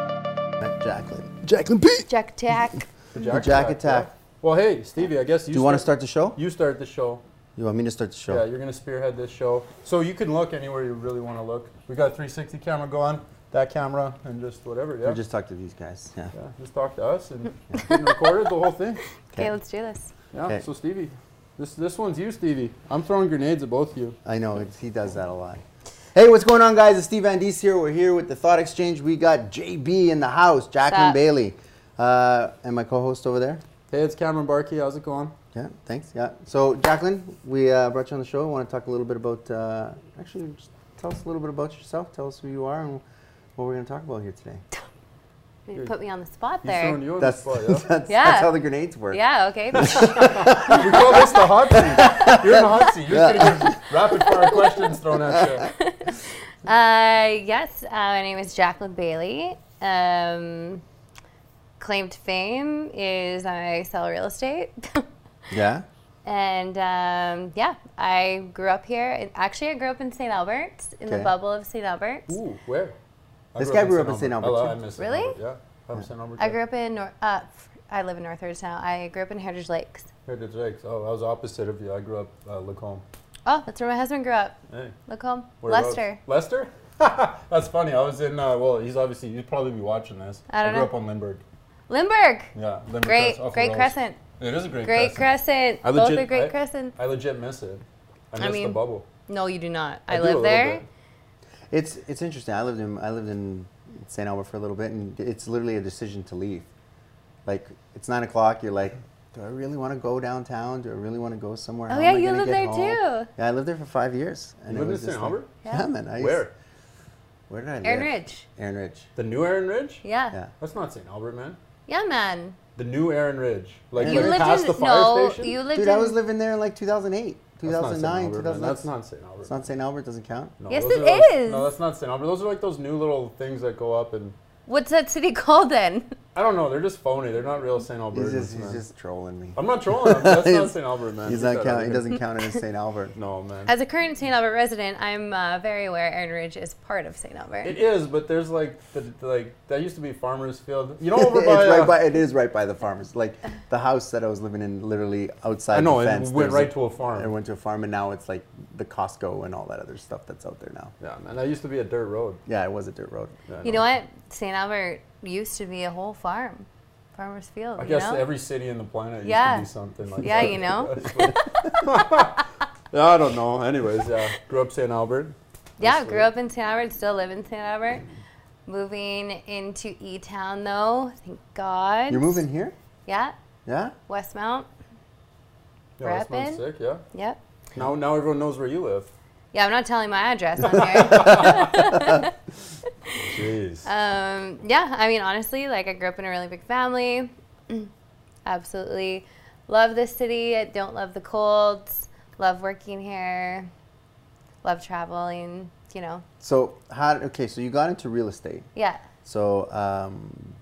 Not Jacqueline. Jacqueline P. Jack Tack. The The Jack Attack. yeah. Well, hey, Stevie, I guess you Do you want to start the show? You start the show. You want me to start the show? Yeah, you're gonna spearhead this show. So you can look anywhere you really want to look. We got 360 camera going, that camera, and just whatever. Yeah. We just talked to these guys. Yeah. yeah, just talk to us and getting recorded the whole thing. Okay, let's do this. Yeah. Okay. So Stevie, this this one's you, Stevie. I'm throwing grenades at both of you. I know it's, he does that a lot. Hey, what's going on, guys? It's Steve Van Dees here. We're here with the Thought Exchange. We got JB in the house, Jacqueline up? Bailey, uh, and my co-host over there. Hey, it's Cameron Barkey. How's it going? Yeah, thanks. Yeah. So, Jacqueline, we uh, brought you on the show. want to talk a little bit about. Uh, actually, just tell us a little bit about yourself. Tell us who you are and what we're going to talk about here today. You put me on the spot He's throwing there. you on That's the spot. that's, Yeah. that's Yeah. how the grenades work. Yeah, okay. Uh, we call this the hot seat. You're in the hot seat. You're just gonna get rapid fire questions thrown at you. Uh, yes, uh, my name is Jacqueline Bailey. Um, claim to fame is I sell real estate. Yeah. and um, yeah, I grew up here. And Actually, I grew up in St. Albert, in Okay. the bubble of St. Albert. Ooh, where? I This guy grew up in St. Albert, I love- too. I miss St. Really? Albert, Yeah. I'm St. Albert. I grew up in, Nor- uh, f- I live in Northridge now. I grew up in Heritage Lakes. Heritage Lakes. Oh, I was opposite of you. I grew up uh, Lacombe. Oh, that's where my husband grew up. Hey. Look home. whereabouts? Lester. Lester? That's funny. I was in, uh, well, he's obviously, you'd probably be watching this. I don't grew know. up on Lindbergh. Lindbergh. Yeah. Lindbergh Great, Crest, off of great Rose. crescent. It is a great, Great Crescent. I Both legit- are Great I- Crescent. I legit miss it. I I miss the mean, bubble. No, you do not. I, do a live little there. bit. It's it's interesting. I lived in I lived in St. Albert for a little bit, and it's literally a decision to leave. Like it's nine o'clock. You're like, do I really want to go downtown? Do I really want to go somewhere? Oh, How am yeah, I you gonna lived get there, home?" too. Yeah, I lived there for five years. And You it lived in was St. just Albert? Like, Yeah. yeah, man. I used- Where? where did I live? Erin Ridge. Erin Ridge. The new Aaron Ridge? Yeah. Yeah. yeah. That's not St. Albert, man. man. The new Aaron Ridge. Like, You You like lived past in the fire no. station? You lived Dude, in. I was living there in like 2008, That's not St. 2009, Albert, man. 2009. That's not St. Albert. It's not St. Albert. Doesn't count. No, Yes, those it are those- is. No, that's not St. Albert. Those are like those new little things that go up and What's that city called then? I don't know. They're just phony. They're not real St. He's Albertans. just he's man. just trolling me. I'm not trolling. Him. That's not He's- St. Albert, man. He's not Get that out of count. He here. doesn't count it as St. Albert. No, man. As a current St. Albert resident, I'm uh, very aware Erin Ridge is part of St. Albert. It is, but there's like the, the- like that used to be Farmers Field. You know, over it's by, uh, right by it is right by the farmers. Like the house that I was living in, literally outside I know. the It fence. went there's right to a farm. It went to a farm, and now it's like the Costco and all that other stuff that's out there now. yeah, man. That used to be a dirt road. Yeah, it was a dirt road. Yeah, I you know what? St. Albert used to be a whole farm, farmer's field. I you guess know? every city in the planet used Yeah. to be something like Yeah, that. you know? yeah, I don't know. Anyways, yeah, grew up St. Albert. Yeah, That's grew sweet. up in St. Albert, still live in St. Albert. Moving into E Town though, thank God. You're moving here? Yeah, Yeah. Westmount. Yeah, that's not Rapid. sick. Yeah. Yep. Now, now everyone knows where you live. Yeah, I'm not telling my address on here. Jeez. um, yeah, I mean, honestly, like I grew up in a really big family. Absolutely love this city. I don't love the colds. Love working here. Love traveling. You know, So how? Okay, so you got into real estate. yeah, So um,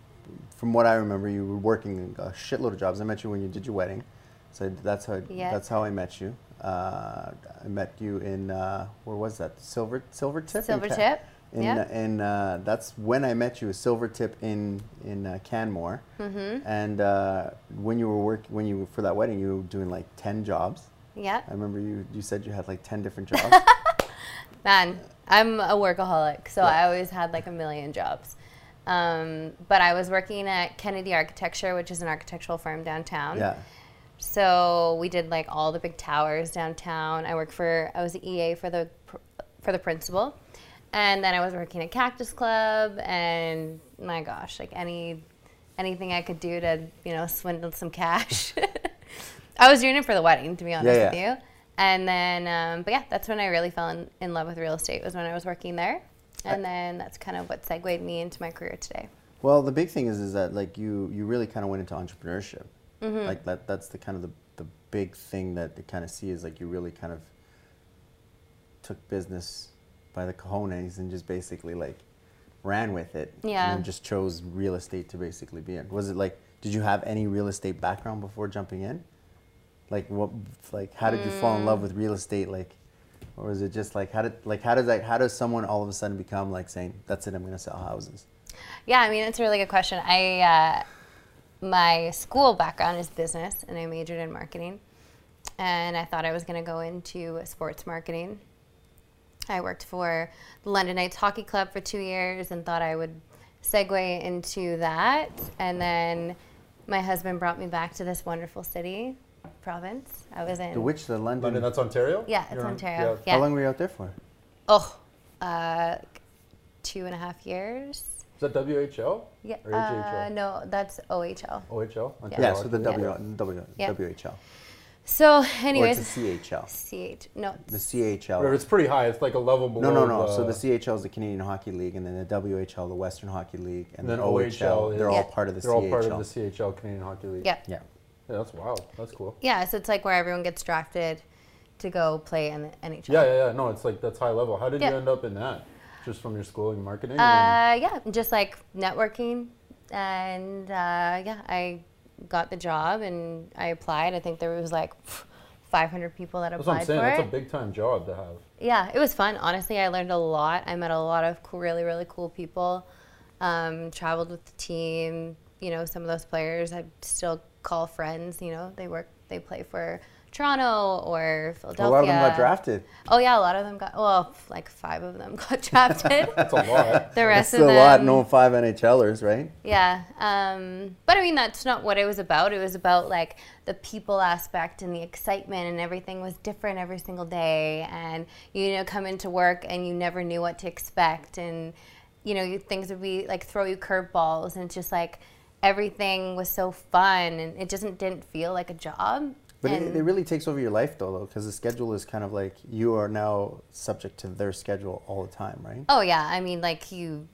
from what I remember, you were working a shitload of jobs. I met you when you did your wedding. So that's how Yeah. that's how I met you. Uh, I met you in uh, where was that? Silver Silvertip. in Silvertip, Ca- In, yeah. and uh, that's when I met you. Silvertip in in uh, Canmore. Mm-hmm. And uh, when you were work when you for that wedding, you were doing like ten jobs. yeah. I remember you you said you had like ten different jobs. Man, I'm a workaholic, so I always had like a million jobs. Um, but I was working at Kennedy Architecture, which is an architectural firm downtown. yeah. So we did like all the big towers downtown. I worked for I was the EA for the pr- for the principal, and then I was working at Cactus Club, and my gosh, like any anything I could do to you know swindle some cash. I was doing it for the wedding, to be honest Yeah, with yeah. you. And then, um, but yeah, that's when I really fell in, in love with real estate. Was when I was working there, and then that's kind of what segued me into my career today. Well, the big thing is is that like you you really kind of went into entrepreneurship. Like that that's the kind of the, the big thing that they kind of see is like you really kind of took business by the cojones and just basically like ran with it. Yeah. And then just chose real estate to basically be in. Was it like did you have any real estate background before jumping in? Like what like how did you fall in love with real estate like or is it just like how did like how does that how does someone all of a sudden become like saying that's it I'm going to sell houses? Yeah, I mean, it's a really good question. I uh, my school background is business, and I majored in marketing. And I thought I was going to go into sports marketing. I worked for the London Knights Hockey Club for two years and thought I would segue into that. And then my husband brought me back to this wonderful city, province. I was in. The Witch, the London. London, that's Ontario? Yeah, it's You're on- Ontario. How Yeah. long were you out there for? Oh, uh, two and a half years. Is that WHO? Yeah. Or HHL? Uh, no, that's OHL. OHL? Yeah. Yeah, so the Ontario. W, w, Yeah. WHL. So, Or it's anyways, the CHL. CH. No, The Or CHL. It's uh, pretty high. It's like a level below. No, no, no. So the the- CHL is the Canadian Hockey League, and then the WHL, the Western Hockey League, and Then then OHL. OHL They're is- all Yeah. part of the They're CHL. all part of the CHL Canadian Hockey League. yeah, yeah. Yeah, that's wild. That's cool. yeah. So it's like where everyone gets drafted to go play in the NHL. Yeah, yeah, yeah. No, it's like that's high level. How did you Yeah. end up in that? Just from your school and marketing? and Uh, yeah, just like networking, and uh, yeah, I got the job and I applied. I think there was like 500 people that that's what I'm applied saying. for That's a it. big time job to have. yeah, it was fun. Honestly, I learned a lot. I met a lot of cool, really, really cool people. Um, traveled with the team. You know, some of those players I still call friends. You know, they work, they play for Toronto or Philadelphia. A lot of them got drafted. Oh yeah, a lot of them got. Well, like five of them got drafted. That's a lot. the rest That's of a them. lot. No five NHLers, right? Yeah, um, but I mean that's not what it was about. It was about like the people aspect and the excitement, and everything was different every single day. And you know, come into work and you never knew what to expect, and you know, you, things would be like throw you curveballs, and it's just like everything was so fun, and it just didn't feel like a job. But it, And- it really takes over your life, though, though, because the schedule is kind of like you are now subject to their schedule all the time, right? oh yeah, I mean like you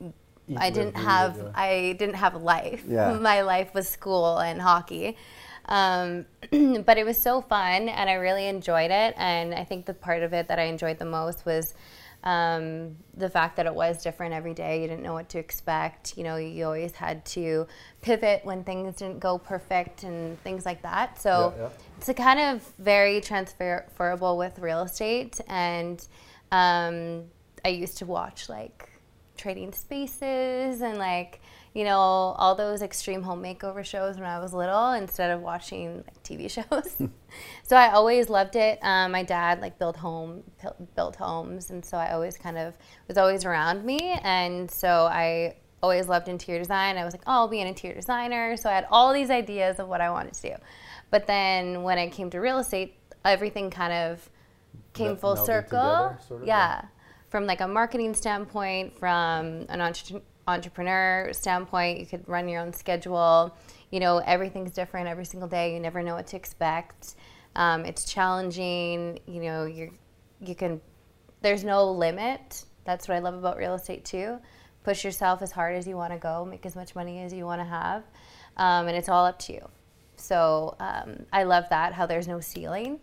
Eat, I live, didn't breathe, have yeah. I didn't have a life. Yeah. My life was school and hockey. Um, but it was so fun and I really enjoyed it and I think the part of it that I enjoyed the most was um, the fact that it was different every day. You didn't know what to expect. You know, you always had to pivot when things didn't go perfect and things like that. So Yeah, yeah. it's a kind of very transferable with real estate and um, i used to watch like trading spaces and like you know all those extreme home makeover shows when i was little instead of watching like tv Hmm. shows so i always loved it um, my dad like built home built- built homes and so i always kind of was always around me and so i always loved interior design i was like oh i'll be an interior designer so i had all these ideas of what i wanted to do but then when it came to real estate, everything kind of came Mel- full melded circle. together, sort of, yeah. From like a marketing standpoint, from an entre- entrepreneur standpoint, you could run your own schedule. You know, everything's different every single day. You never know what to expect. Um, it's challenging. You know, you you can there's no limit. That's what I love about real estate too. Push yourself as hard as you want to go, make as much money as you want to have, um, and it's all up to you. So um, I love that how there's no ceiling,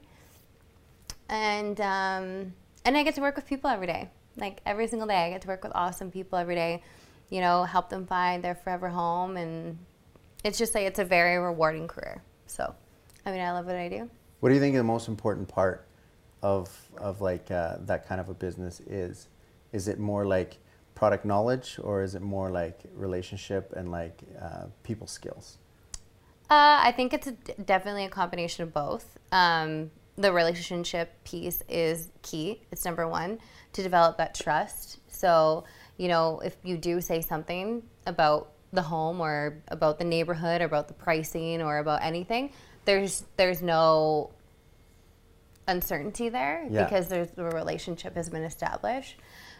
and um, and I get to work with people every day. Like every single day, I get to work with awesome people every day. You know, help them find their forever home, and it's just like it's a very rewarding career. So, I mean, I love what I do. What do you think the most important part of of like uh, that kind of a business is? Is it more like product knowledge, or is it more like relationship and like uh, people skills? Uh, I think it's a, definitely a combination of both. Um, the relationship piece is key. It's number one to develop that trust. So, you know, if you do say something about the home or about the neighborhood or about the pricing or about anything, there's there's no uncertainty there Yeah. because there's the relationship has been established.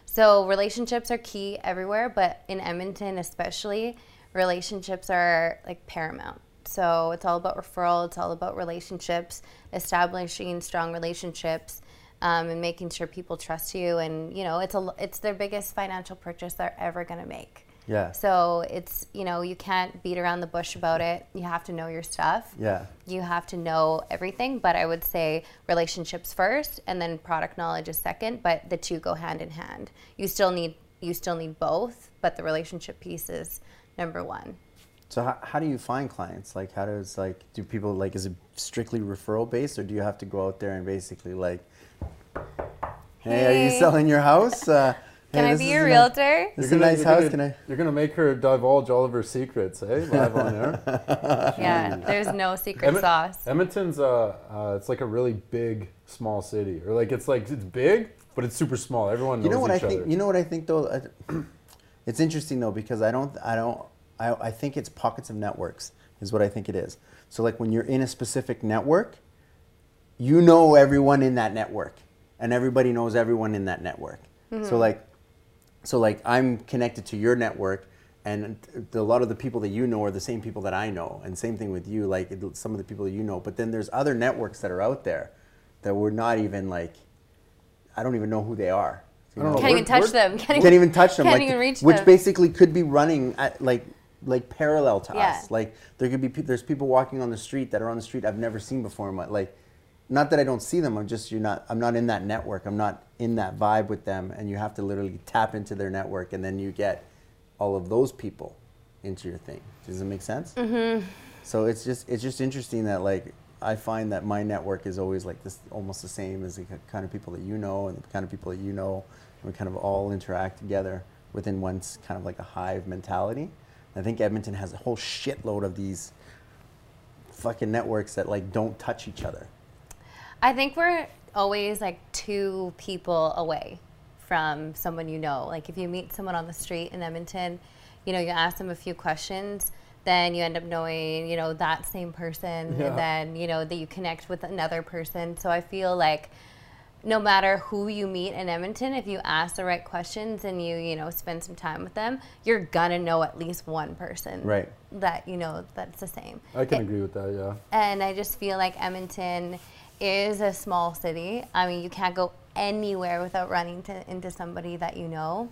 So relationships are key everywhere, but in Edmonton especially, relationships are like paramount. So it's all about referral. It's all about relationships, establishing strong relationships, um, and making sure people trust you. And you know, it's a l- it's their biggest financial purchase they're ever going to make. Yeah. So it's you know you can't beat around the bush about it. You have to know your stuff yeah. you have to know everything, but I would say relationships first and then product knowledge is second, but the two go hand in hand. You still need you still need both, but the relationship piece is number 1. So how, how do you find clients? Like how does like do people like is it strictly referral based, or do you have to go out there and basically like, hey, are you Hey. selling your house? Uh, Can Hey, I this be is your a nice- realtor? This is a You're gonna- nice you're house. gonna- Can I? You're gonna make her divulge all of her secrets, eh? Live on air. Yeah, there's no secret Emmett- sauce. Edmonton's uh, uh, it's like a really big small city, or like it's like it's big, but it's super small. Everyone knows You know what I each other. think? You know what I think though. I- It's interesting though because I don't, I don't, I, I think it's pockets of networks is what I think it is. So like when you're in a specific network, you know everyone in that network, and everybody knows everyone in that network. So like, so like I'm connected to your network. And a lot of the people that you know are the same people that I know, and same thing with you. Like it- some of the people that you know, but then there's other networks that are out there that we're not even like. I don't even know who they are. you I don't know? know. Can't even we're- touch we're- them. You can't even touch them. Can't like, even reach which them. basically could be running at, like like parallel to Yeah. us. Like there could be pe- there's people walking on the street that are on the street I've never seen before. in my like not that I don't see them. I'm just you're not. I'm not in that network. I'm not in that vibe with them. And you have to literally tap into their network, and then you get all of those people into your thing. Does it make sense? So it's just it's just interesting that like I find that my network is always like this almost the same as the k- kind of people that you know and the kind of people that you know. And we kind of all interact together within one s- kind of like a hive mentality. I think Edmonton has a whole shitload of these fucking networks that like don't touch each other. I think we're always like two people away from someone you know. Like if you meet someone on the street in Edmonton, you know, you ask them a few questions, then you end up knowing, you know, that same person Yeah. and then, you know, that you connect with another person. So I feel like no matter who you meet in Edmonton, if you ask the right questions and you, you know, spend some time with them, you're gonna know at least one person. Right. That you know that's the same. I can It- agree with that. Yeah. and I just feel like Edmonton is a small city. I mean, you can't go anywhere without running to, into somebody that you know.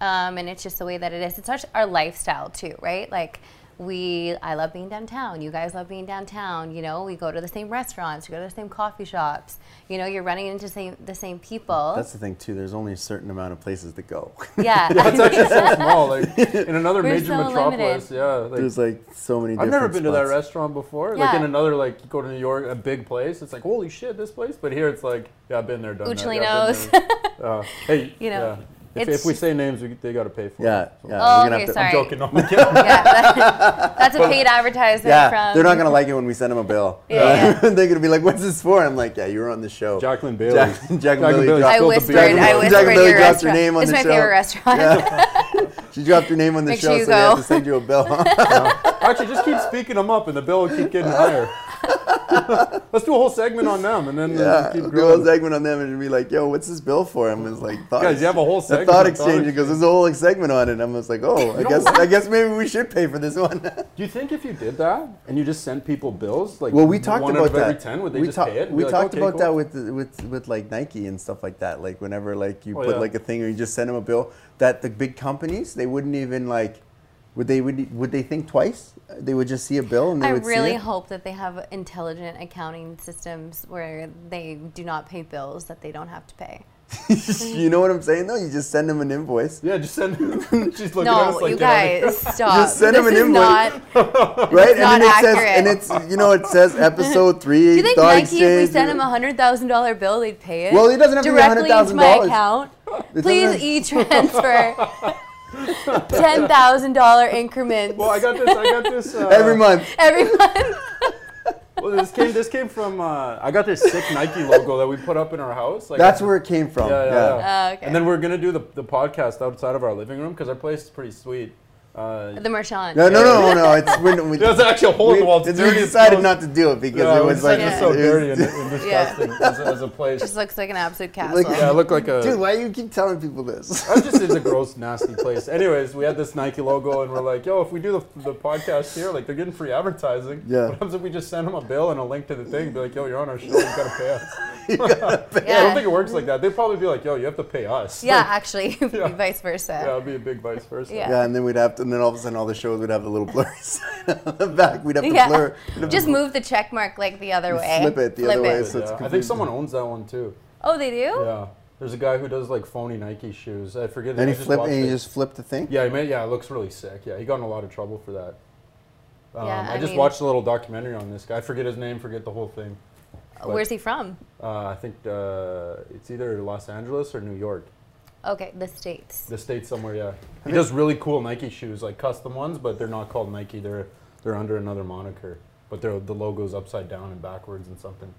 Um, and it's just the way that it is. It's such our lifestyle too, right? Like we, I love being downtown. You guys love being downtown. You know, we go to the same restaurants, we go to the same coffee shops. You know, you're running into same, the same people. That's the thing too. There's only a certain amount of places to go. yeah. That's actually so small. Like in another We're major so metropolis, limited. yeah. Like, There's like so many. I've never different been to that spots. restaurant before. Like in Yeah. another, like you go to New York, a big place, it's like holy shit, this place. But here, it's like yeah, I've been there, done that. Yeah, I've been there. Uh, hey, You know, yeah. if, it's- if we say names, we, they got to pay for Yeah, it. yeah. So- Oh, we're gonna okay, have to, sorry. I'm joking. I'm kidding. yeah, that- that's a paid advertisement Yeah, from. they're not gonna like it when we send them a bill. Yeah, they're gonna be like, "What's this for?" I'm like, "Yeah, you were on the show." Jacqueline Bailey. Jack, Jack and Lily Bailey. dropped- I spilled the whispered. beer. I Jack whispered Jack Lily dropped your your restaurant. name on it's the my show. favorite restaurant. She dropped your name on the Make show, sure you so we have go. to send you a bill. Actually, just keep speaking them up, and the bill will keep getting higher. Let's do a whole segment on them, and then yeah, yeah, keep do a whole growing. segment on them and be like, "Yo, what's this bill for?" I'm just like, thought Guys, you have a whole the segment thought on exchange. thought It goes, "There's a whole segment on it." I'm just like, "Oh, I know guess, what? I guess maybe we should pay for this one." Do you think if you did that and you just sent people bills, like well, we talked one about out of that. every ten, would they we just ta- pay it? and we be like, talked "Okay, about cool." that with the- with with like Nike and stuff like that. Like whenever like you Oh, put yeah. like a thing or you just send them a bill, that the big companies they wouldn't even like. Would they would would they think twice? They would just see a bill and they I would see really it? hope that they have intelligent accounting systems where they do not pay bills that they don't have to pay. you know what I'm saying though? You just send them an invoice. Yeah, just send. She's looking at us no, like you "Get out of here." guys, stop. Just send them This an is invoice. Not, right? It's and then not it says, and it's you know, it says episode three. do you think thought Nike, if exchange. we sent him a hundred thousand dollar bill, they'd pay it? Well, it doesn't have to be directly into my $100,000. account. It Please doesn't- e transfer ten thousand dollar increments Well, I got this. I got this. Uh, every month. every month. Well, this came. This came from. Uh, I got this sick Nike logo that we put up in our house. Like, That's where it came from. Yeah, Yeah, yeah. yeah. Oh, okay. And then we're gonna do the, the podcast outside of our living room because our place is pretty sweet. Uh, The Marchand. No, no, no, no. It's when we, there's actually a hole in we, the wall. It's it's- we dirty as decided hell. not to do it because Yeah, it was like like decided it's it's so it was- dirty and, and disgusting as, as a Just place. looks like an absolute castle. Like- Yeah, it looked like a. Dude, why you keep telling people this? I just is a gross, nasty place. Anyways, we had this Nike logo, and we're like, "Yo, if we do the, the podcast here, like they're getting free advertising. Yeah. What happens if we just send them a bill and a link to the thing? Be like, yo, you're on our show. You gotta pay us. I don't yeah. think it works like that. They'd probably be like, yo, you have to pay us. Yeah, actually, Yeah. vice versa. Yeah, it'd be a big vice versa. Yeah. Yeah, and then we'd have to, and then all of a sudden, all the shows would have the little blurry sign on the back. We'd have to Yeah. blur. we'd have to Just move the check mark like the other You way. flip it the other way, so- it's Yeah. I confusing. think someone owns that one too. oh, they do? Yeah. There's a guy who does like phony Nike shoes. I forget. And I he just flip, watched and he it. just flipped the thing. Yeah, he made, yeah, it looks really sick. Yeah, he got in a lot of trouble for that. Um, Yeah, I, I just mean- watched a little documentary on this guy. I forget his name, forget the whole thing. But, Where's he from? Uh, I think uh, it's either Los Angeles or New York. Okay, the states. The States somewhere, yeah. He does really cool Nike shoes, like custom ones, but they're not called Nike. They're they're under another moniker, but they're, the logo's upside down and backwards and something.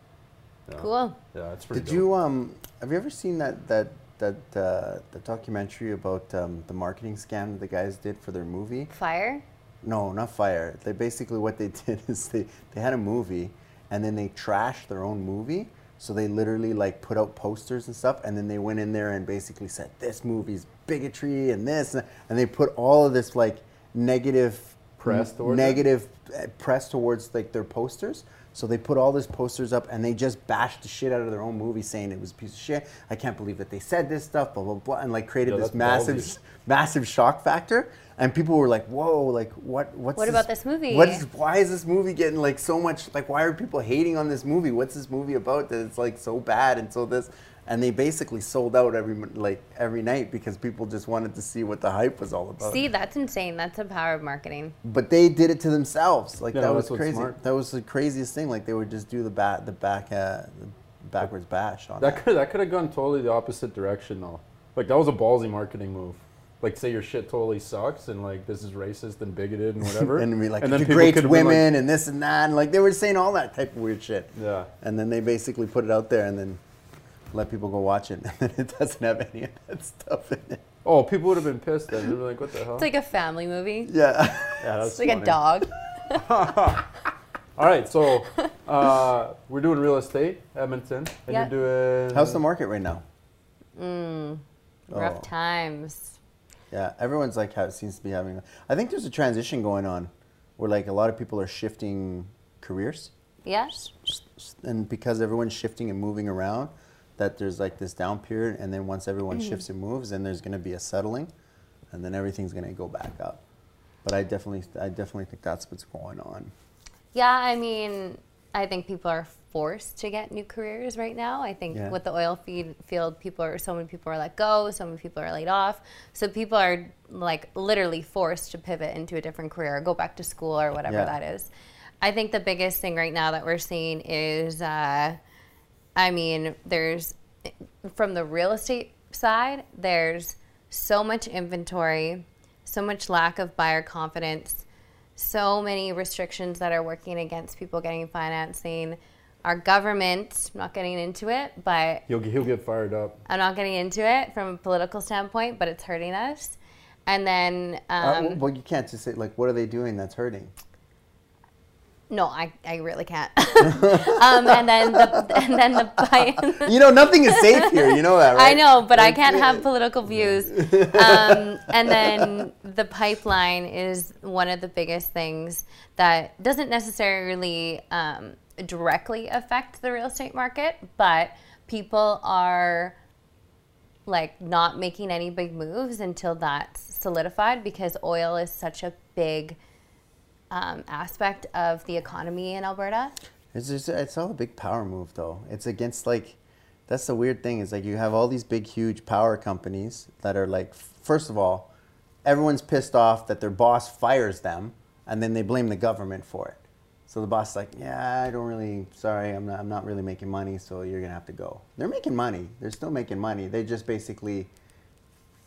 Yeah. Cool. Yeah, it's pretty Did dope. you um have you ever seen that that that uh, the documentary about um, the marketing scam that the guys did for their movie? Fire. No, not fire. They basically what they did is they they had a movie and then they trashed their own movie. So they literally like put out posters and stuff, and then they went in there and basically said this movie's bigotry and this, and and they put all of this like negative Press n- towards it? negative uh, press towards like their posters. So they put all these posters up, and they just bashed the shit out of their own movie, saying it was a piece of shit. I can't believe that they said this stuff, blah blah blah, and like created Yeah, this that's massive ballsy. massive shock factor and people were like whoa like what what's What about this movie? what is why is this movie getting like so much like why are people hating on this movie what's this movie about that it's like so bad and so this and they basically sold out every mon- like every night because people just wanted to see what the hype was all about See, that's insane. That's the power of marketing. but they did it to themselves like Yeah, that that's was what's crazy smart. that was the craziest thing like they would just do the bat the back uh, the backwards bash on That could that could have gone totally the opposite direction though. Like that was a ballsy marketing move. Like say your shit totally sucks and like this is racist and bigoted and whatever. and be like then people degrades could've been like, women and this and that and like they were saying all that type of weird shit yeah. And then they basically put it out there and then let people go watch it. And it doesn't have any of that stuff in it. Oh, people would have been pissed then. They'd be like, what the hell? It's like a family movie. Yeah. yeah, that's It's like a funny. dog. All right, so uh, we're doing real estate, Edmonton, and Yeah. you're doing How's the market right now? Rough Oh. times. Yeah, everyone's like ha seems to be having. I think there's a transition going on where like a lot of people are shifting careers. Yes. And because everyone's shifting and moving around, that there's like this down period. And then once everyone shifts and moves, then there's going to be a settling and then everything's going to go back up. But I definitely, I definitely think that's what's going on. Yeah, I mean, I think people are forced to get new careers right now. I think Yeah. with the oil feed field, people are so many people are let go, so many people are laid off. So people are like literally forced to pivot into a different career or go back to school or whatever Yeah. that is. I think the biggest thing right now that we're seeing is, uh, I mean, there's from the real estate side, there's so much inventory, so much lack of buyer confidence, so many restrictions that are working against people getting financing. Our government, I'm not getting into it, but He'll, he'll get fired up. I'm not getting into it from a political standpoint, but it's hurting us. And then, Uh, w- um, well, you can't just say like, what are they doing that's hurting? no, I, I really can't. um, and then, the, and then the buy. You know, nothing is safe here. You know that, right? I know, but I can't have political views. Um, and then the pipeline is one of the biggest things that doesn't necessarily um, directly affect the real estate market, but people are like not making any big moves until that's solidified because oil is such a big um, aspect of the economy in Alberta. It's just, it's all a big power move, though. It's against like, that's the weird thing is like you have all these big, huge power companies that are like, first of all, everyone's pissed off that their boss fires them, and then they blame the government for it. So the boss is like, yeah, I don't really, sorry, I'm not, I'm not really making money, so you're gonna have to go. They're making money. They're still making money. They just basically,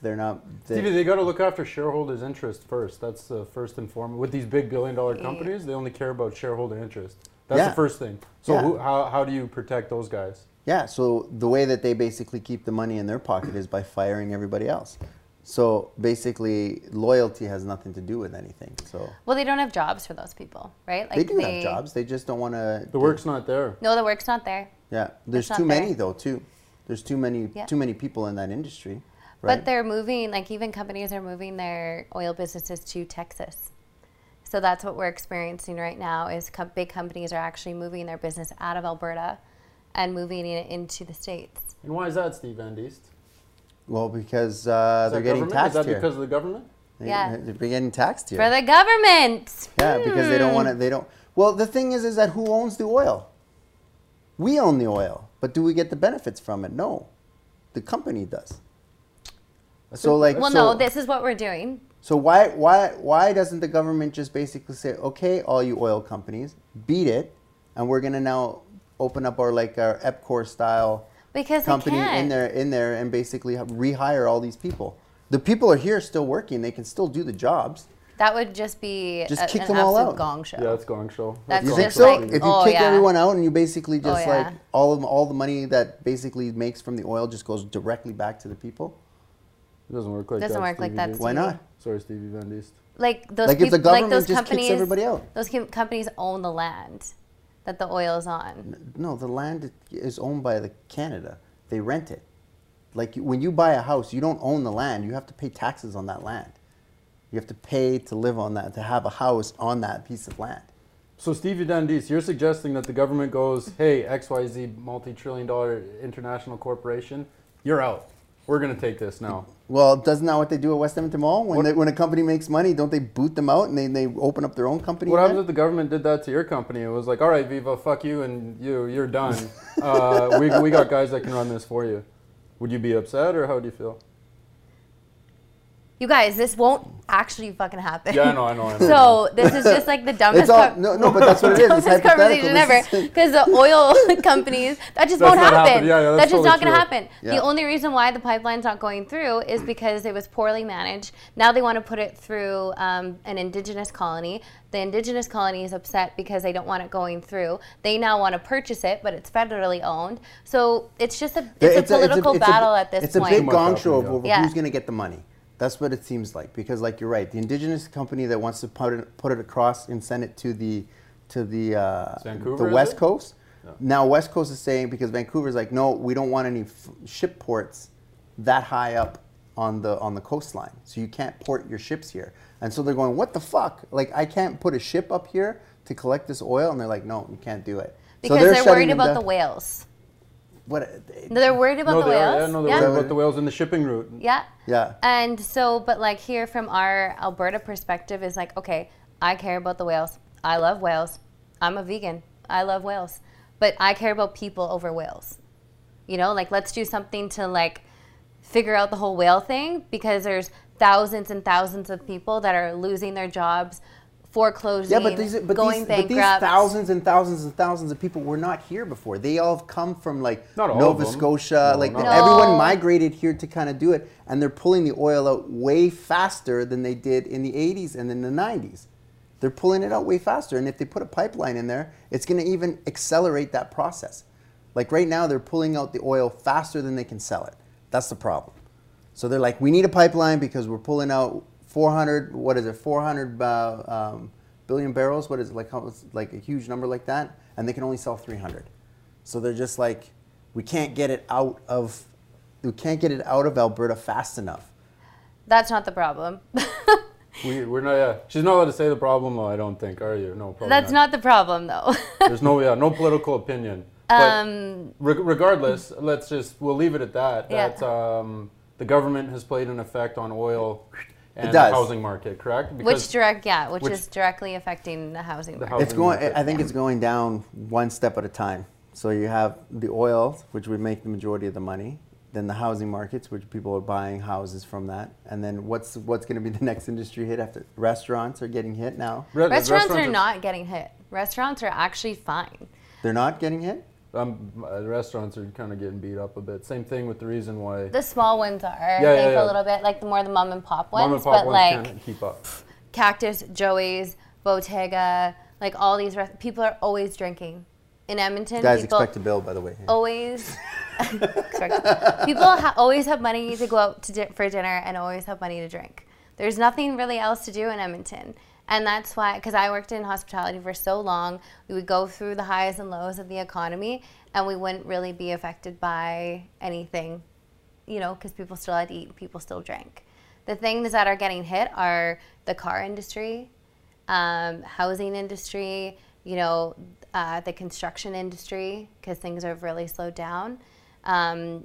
they're not. they- Stevie, they got to look after shareholders' interest first. That's the first and foremost. With these big billion-dollar companies, they only care about shareholder interest. That's Yeah. the first thing. So Yeah. who, how, how do you protect those guys? Yeah, so the way that they basically keep the money in their pocket is by firing everybody else. So basically, loyalty has nothing to do with anything. So Well, they don't have jobs for those people, right? Like they do have jobs. They just don't want to. The work's not there. No, the work's not there. Yeah, there's not too many fair. though. Too, there's too many Yeah. too many people in that industry. But Right? they're moving, like even companies are moving their oil businesses to Texas. So that's what we're experiencing right now is com- big companies are actually moving their business out of Alberta and moving it into the states. And why is that, Steve Van Deest? well, because uh, Is they're getting that government? Is taxed that here. because of the government? They- Yeah. they're getting taxed here. For the government. yeah, because they don't want Hmm. to. They don't. Well, the thing is, is that who owns the oil? We own the oil, but do we get the benefits from it? No, the company does. So like, Hmm. Well, so- no, this is what we're doing. So why why why doesn't the government just basically say, okay, all you oil companies, beat it, and we're gonna now open up our like our EPCOR style Because they company in can't. there in there and basically h- rehire all these people. The people are here still working. They can still do the jobs. That would just be Just a- kick an them all absolute out. gong show. Yeah, it's gong show. That's You It's think just so? like- if you oh, kick yeah. Oh, everyone out and you basically just yeah. like all of all the money that basically makes from the oil just goes directly back to the people. It doesn't work like Doesn't that. work like Stevie that, D. Stevie. Why not? Sorry, Stevie Van Deest. Like those Like, if peop- the government like those just kicks companies, everybody out. Those com- companies own the land that the oil's on. No, the land is owned by the Canada. They rent it. Like you- when you buy a house, you don't own the land. You have to pay taxes on that land. You have to pay to live on that, to have a house on that piece of land. So Stevie Van Deest, you're suggesting that the government goes, hey, XYZ multi-trillion dollar international corporation, you're out. We're going to take this now. Well, doesn't that what they do at West Edmonton Mall? When, What- they, when a company makes money, don't they boot them out and they, they open up their own company? What then? happens if the government did that to your company? It was like, all right, Viva, fuck you and you, you're done. uh, we, we got guys that can run this for you. Would you be upset or how would you feel? You guys, this won't actually fucking happen. Yeah, I know, I know, I know. So this is just like the dumbest. It's all, co- no, no, but that's what it is. It's dumbest hypothetical. conversation ever This is- because the oil companies that just That's won't happen. not happening. Yeah, yeah, that's that's just not totally going to true. happen. Yeah. The only reason why the pipeline's not going through is because it was poorly managed. Now they want to put it through um, an indigenous colony. The indigenous colony is upset because they don't want it going through. They now want to purchase it, but it's federally owned. So it's just a it's, a political it's a- battle at this it's point. a big much gong happening, show of yeah. over Yeah. who's going to get the money. That's what it seems like because, like, you're right. The indigenous company that wants to put it, put it across and send it to the to the uh, Vancouver, the is West it? Coast. Now West Coast is saying because Vancouver's like, no, we don't want any f- ship ports that high up on the on the coastline, so you can't port your ships here. And so they're going, what the fuck? Like, I can't put a ship up here to collect this oil, and they're like, no, you can't do it. because so they're, they're, shutting worried them about the down. whales. What? They're worried about no, the they whales. are. Yeah, no, they're worried about the whales in the shipping route. Yeah. Yeah. And so, but like here from our Alberta perspective is like, okay, I care about the whales. I love whales. I'm a vegan. I love whales. But I care about people over whales. You know, like let's do something to like figure out the whole whale thing because there's thousands and thousands of people that are losing their jobs, foreclosing, Yeah, but these, but, going these, but bankrupt. these thousands and thousands and thousands of people were not here before. They all have come from like Not all Nova of them. Scotia. No, like all not of them. everyone No. migrated here to kind of do it, and they're pulling the oil out way faster than they did in the 80s and in the 90s. They're pulling it out way faster, and if they put a pipeline in there, it's going to even accelerate that process. Like right now, they're pulling out the oil faster than they can sell it. That's the problem. So they're like, we need a pipeline because we're pulling out 400, what is it, 400 uh, um, billion barrels? What is it, like, how- like a huge number like that? And they can only sell 300. So they're just like, we can't get it out of, we can't get it out of Alberta fast enough. That's not the problem. We, we're not, yeah. She's not allowed to say the problem, though, I don't think, are you? No, probably That's not the problem though. There's no, yeah, no political opinion. But- um, Reg- regardless, let's just we'll leave it at that. Yeah. That um, the government has played an effect on oil and the does. housing market, correct? which direct, yeah, which, which- is directly affecting the housing market. housing- It's going, market. I think it's going down one step at a time. So you have the oil, which would make the majority of the money, then the housing markets, which people are buying houses from that, and then what's what's going to be the next industry hit after? Restaurants are getting hit now. Re- Restaurants are not getting hit. Restaurants are actually fine. They're not getting hit. Um, uh, restaurants are kind of getting beat up a bit. Same thing with the reason why The small ones are, I Yeah, yeah, think, yeah. a little bit, like the more the mom and pop ones, mom and pop but ones like can't keep up. Cactus, Joey's, Bottega, like all these res- people are always drinking. In Edmonton, Guys, people expect to bill, by the way. Oh. always expect- people ha- always have money to go out to di- for dinner and always have money to drink. There's nothing really else to do in Edmonton. And that's why, because I worked in hospitality for so long, we would go through the highs and lows of the economy and we wouldn't really be affected by anything, you know, because people still had to eat and people still drank. The things that are getting hit are the car industry, um, housing industry, you know, uh, the construction industry, because things have really slowed down. Um,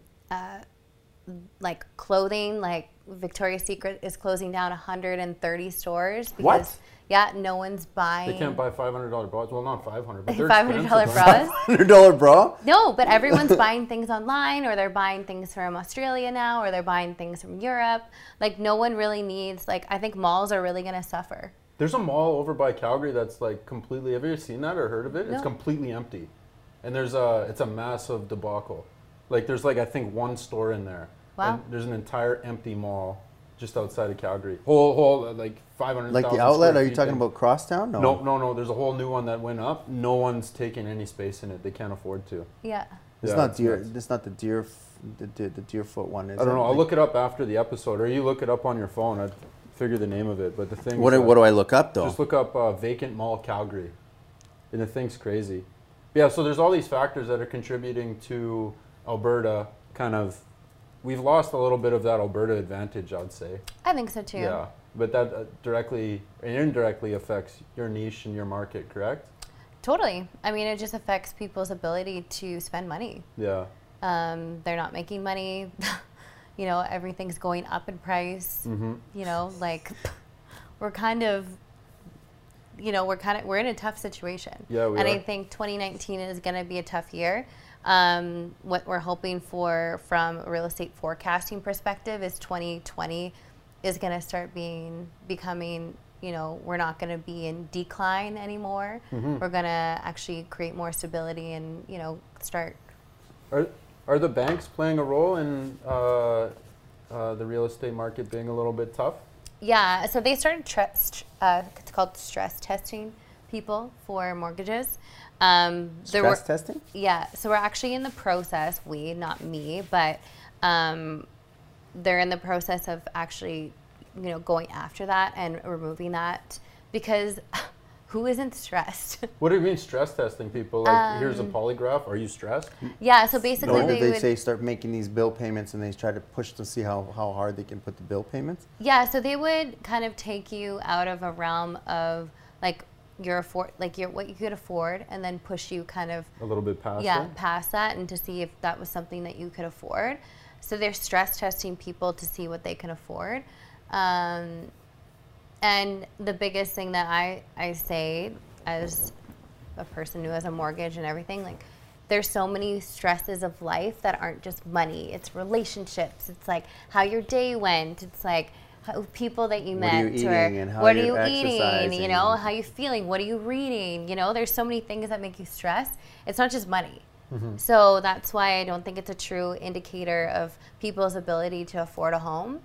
like clothing, like Victoria's Secret is closing down 130 stores because What? yeah, no one's buying. They can't buy five hundred dollar bras. Well, not five hundred, but they're Five hundred dollar expensive, aren't bras. Hundred dollar bra. No, but everyone's buying things online, or they're buying things from Australia now, or they're buying things from Europe. Like no one really needs. Like I think malls are really gonna suffer. they? There's a mall over by Calgary that's like completely. Have you ever seen that or heard of it? It's No. completely empty, and there's a it's a massive debacle. Like there's like I think one store in there. Wow. And there's an entire empty mall just outside of Calgary. Whole whole uh, like 500. Like the outlet? Are you talking about Crosstown? No. No, no, no. There's a whole new one that went up. No one's taking any space in it. They can't afford to. Yeah. It's Yeah, not it's deer. nuts. It's not the deer. F- the, deer the Deerfoot one. Is I don't it? know. I'll Like- look it up after the episode, or you look it up on your phone. I'd figure the name of it. But the thing. What, is do- that- what do I look up though? Just look up uh, vacant mall Calgary, and the thing's crazy. Yeah, so there's all these factors that are contributing to Alberta. Kind of, we've lost a little bit of that Alberta advantage, I'd say. I think so too. Yeah, but that uh, directly and indirectly affects your niche and your market, correct? Totally. I mean, it just affects people's ability to spend money. Yeah, Um, they're not making money. you know, everything's going up in price. mm-hmm. You know, like we're kind of, you know, we're kind of we're in a tough situation. Yeah, we and I are. think 2019 is going to be a tough year. Um, what we're hoping for from a real estate forecasting perspective is 2020 is going to start being becoming. You know, we're not going to be in decline anymore. Mm-hmm. We're going to actually create more stability and you know start Are are the banks playing a role in uh, uh, the real estate market being a little bit tough? Yeah, so they started tre- st- uh, it's called stress testing people for mortgages. Um, there Stress were, testing. yeah, so we're actually in the process. We, not me, but um, they're in the process of actually, you know, going after that and removing that because who isn't stressed? What do you mean stress testing people? Like, here's a polygraph. Are you stressed? yeah, so Or basically did they, they would. say start making these bill payments and they try to push to see how, how hard they can put the bill payments? Yeah, so they would kind of take you out of a realm of like your afford, like your what you could afford, and then push you kind of A little bit past yeah it? past that and to see if that was something that you could afford so they're stress testing people to see what they can afford um, and the biggest thing that i i say as a person who has a mortgage and everything like there's so many stresses of life that aren't just money it's relationships it's like how your day went it's like how, people that you What are met you or eating and how what are you you're eating you exercising. know how you feeling? What are you reading? You know, there's so many things that make you stressed. It's not just money. So that's why I don't think it's a true indicator of people's ability to afford a home.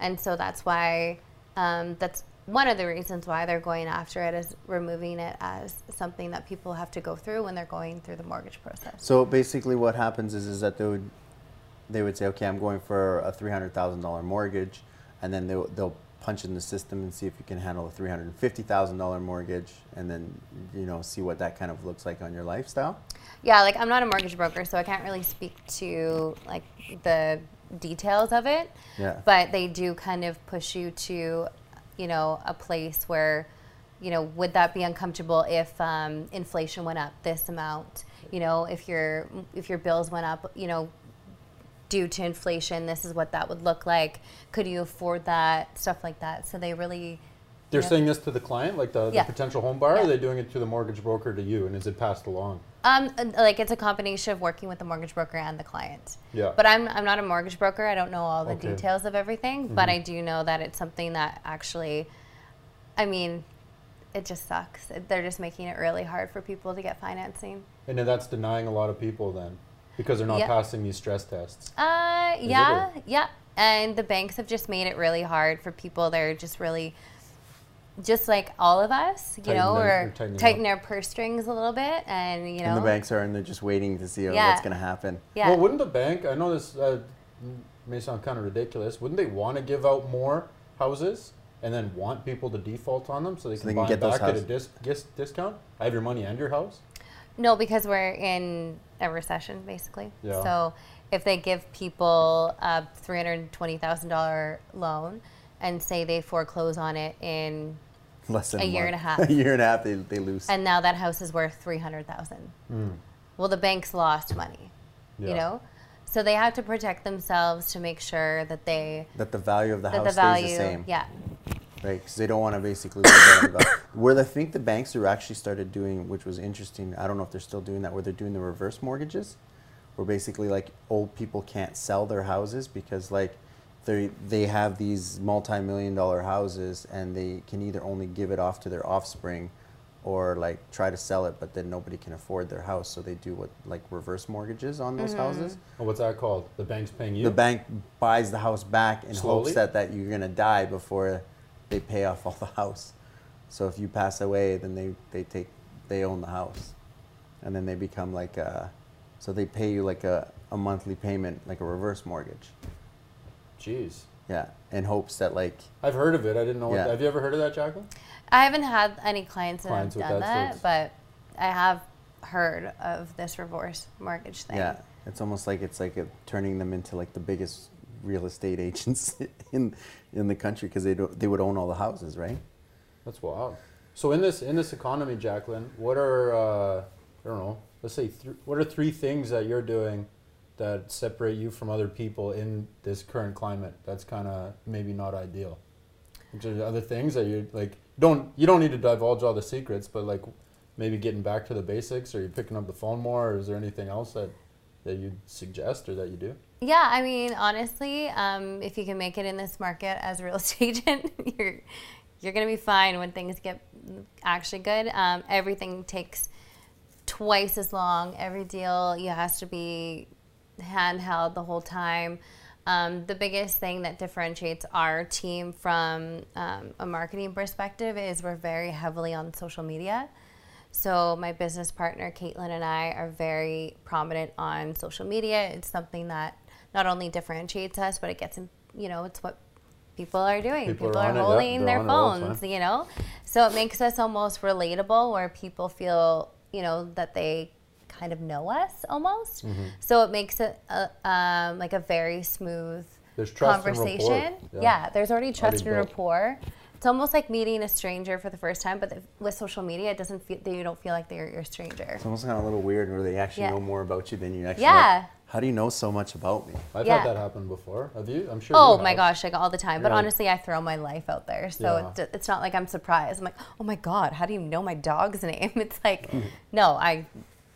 And so that's why um, that's one of the reasons why they're going after it is removing it as something that people have to go through when they're going through the mortgage process. So basically, what happens is is that they would they would say, okay, I'm going for a three hundred thousand dollar mortgage, and then they'll they'll punch in the system and see if you can handle a three hundred and fifty thousand dollar mortgage, and then you know see what that kind of looks like on your lifestyle. Yeah, like I'm not a mortgage broker, so I can't really speak to like the details of it. Yeah. but they do kind of push you to you know a place where you know would that be uncomfortable if um, inflation went up this amount you know if your if your bills went up you know due to inflation this is what that would look like could you afford that stuff like that so they really They're Yeah. saying this to the client, like the, Yeah. the potential home buyer, or Yeah. are they doing it to the mortgage broker to you, and is it passed along? um and, like it's a combination of working with the mortgage broker and the client Yeah. but i'm, I'm not a mortgage broker i don't know all the Okay. Mm-hmm. details of everything but i do know that it's something that actually i mean it just sucks It- they're just making it really hard for people to get financing and then that's denying a lot of people then, because they're not Yeah. passing these stress tests. Uh, it yeah, or- yeah. And the banks have just made it really hard for people. They're just really, just like all of us, you Tighten know, their- we're or tighten tighten, it their purse strings a little bit, and you know, And the banks are and they're just waiting to see uh, Yeah. what's going to happen. yeah, Well, wouldn't the bank? I know this uh, may sound kind of ridiculous. Wouldn't they want to give out more houses and then want people to default on them so they can they can buy get them those back at a houses. dis- dis- discount? I have your money and your house. no, because we're in a recession basically. Yeah. So if they give people a three hundred twenty thousand dollar loan and say they foreclose on it in, Less than A year month. and a half. a year and a half, they they lose. and now that house is worth three hundred thousand. Hmm. Well, the banks lost money. you know so they have to protect themselves to make sure that they that the value of the that house the value stays the same. yeah right? Because they don't want to basically lose out on the- where I think the banks are actually started doing, which was interesting. I don't know if they're still doing that, where they're doing the reverse mortgages, where basically like old people can't sell their houses because like they they have these multi million dollar houses and they can either only give it off to their offspring or like try to sell it, but then nobody can afford their house, so they do what like reverse mortgages on those houses. Oh, what's that called? The bank's paying you. The bank buys the house back in Slowly? hopes that that you're gonna die before they pay off all the house. So if you pass away, then they they take they own the house, and then they become like a, so they pay you like a a monthly payment like a reverse mortgage. Jeez. Yeah, in hopes that like I've heard of it. I didn't know. What Yeah. have you ever heard of that, Jacqueline? I haven't had any clients that Clients have with done that that, but I have heard of this reverse mortgage thing. yeah, it's almost like it's like a, turning them into like the biggest real estate agents in in the country because they do, they would own all the houses, right? That's wild. So in this in this economy, Jacqueline, what are uh, I don't know. Let's say thr what are three things that you're doing that separate you from other people in this current climate? That's kind of maybe not ideal. Is there other things that you like? Don't you don't need to divulge all the secrets, but like maybe getting back to the basics, or you're picking up the phone more, or is there anything else that that you suggest or that you do? Yeah, I mean, honestly, um, if you can make it in this market as a real estate agent, you're you're gonna be fine when things get actually good. Um, everything takes twice as long. Every deal you has to be handheld the whole time. Um, the biggest thing that differentiates our team from um, a marketing perspective is we're very heavily on social media. So my business partner Caitlin and I are very prominent on social media. It's something that not only differentiates us, but it gets in, you know it's what people are doing. People People, are are, on it, yep, holding their they're on it all the phones, time. you know. So it makes us almost relatable, where people feel you know that they kind of know us almost. Mm-hmm. So it makes it a, um, like a very smooth There's trust and rapport. conversation. Yeah. yeah. there's already trust and built. rapport. It's almost like meeting a stranger for the first time, but with social media, it doesn't feel you don't feel like they're your stranger. It's almost kind of a little weird where they actually Yeah. know more about you than you actually. Yeah. know. How do you know so much about me? I've Yeah. had that happen before. Have you? I'm sure. Oh you my have. gosh, like all the time. But Really? honestly, I throw my life out there, so Yeah. it, it's not like I'm surprised. I'm like, oh my god, how do you know my dog's name? It's like, Mm-hmm. no, I,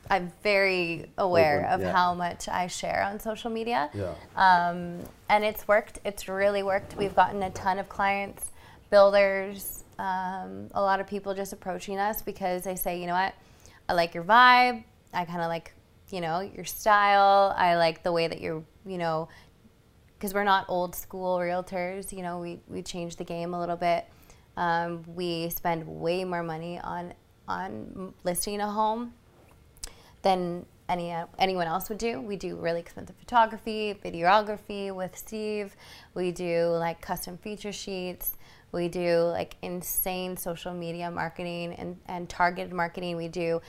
I'm very aware Open, of yeah. how much I share on social media. Yeah. um, and it's worked. It's really worked. We've gotten a ton of clients, builders, um, a lot of people just approaching us because they say, you know what, I like your vibe. I kind of like, you know, your style. I like the way that you're, you know, because we're not old school realtors. You know, we we change the game a little bit. Um, we spend way more money on on listing a home than any uh, anyone else would do. We do really expensive photography, videography with Steve. We do like custom feature sheets. We do like insane social media marketing and, and targeted marketing. We do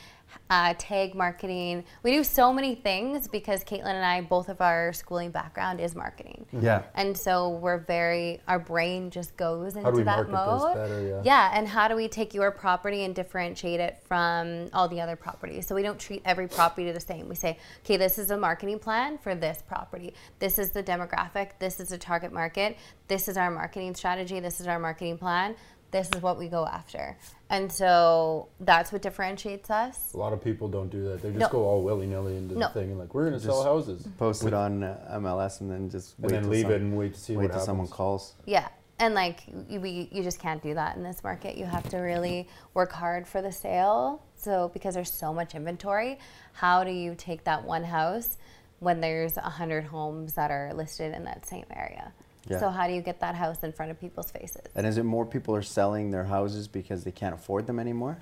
uh, tag marketing. We do so many things because Caitlin and I, both of our schooling background is marketing. Yeah. And so we're very, our brain just goes into do we that market this mode. better? Yeah. and how do we take your property and differentiate it from all the other properties? So we don't treat every property the same. We say, okay, this is a marketing plan for this property. This is the demographic. This is the target market. This is our marketing strategy. This is our marketing plan. This is what we go after. And so that's what differentiates us. A lot of people don't do that. They just No. go all willy nilly into No. the thing and like, we're going to sell Just houses. Post it on uh, MLS and then just and then till leave some- it and wait to see wait what till happens. someone calls. Yeah. And like you, we, you just can't do that in this market. You have to really work hard for the sale. So because there's so much inventory, how do you take that one house when there's a hundred homes that are listed in that same area? Yeah. So how do you get that house in front of people's faces? And is it more people are selling their houses because they can't afford them anymore?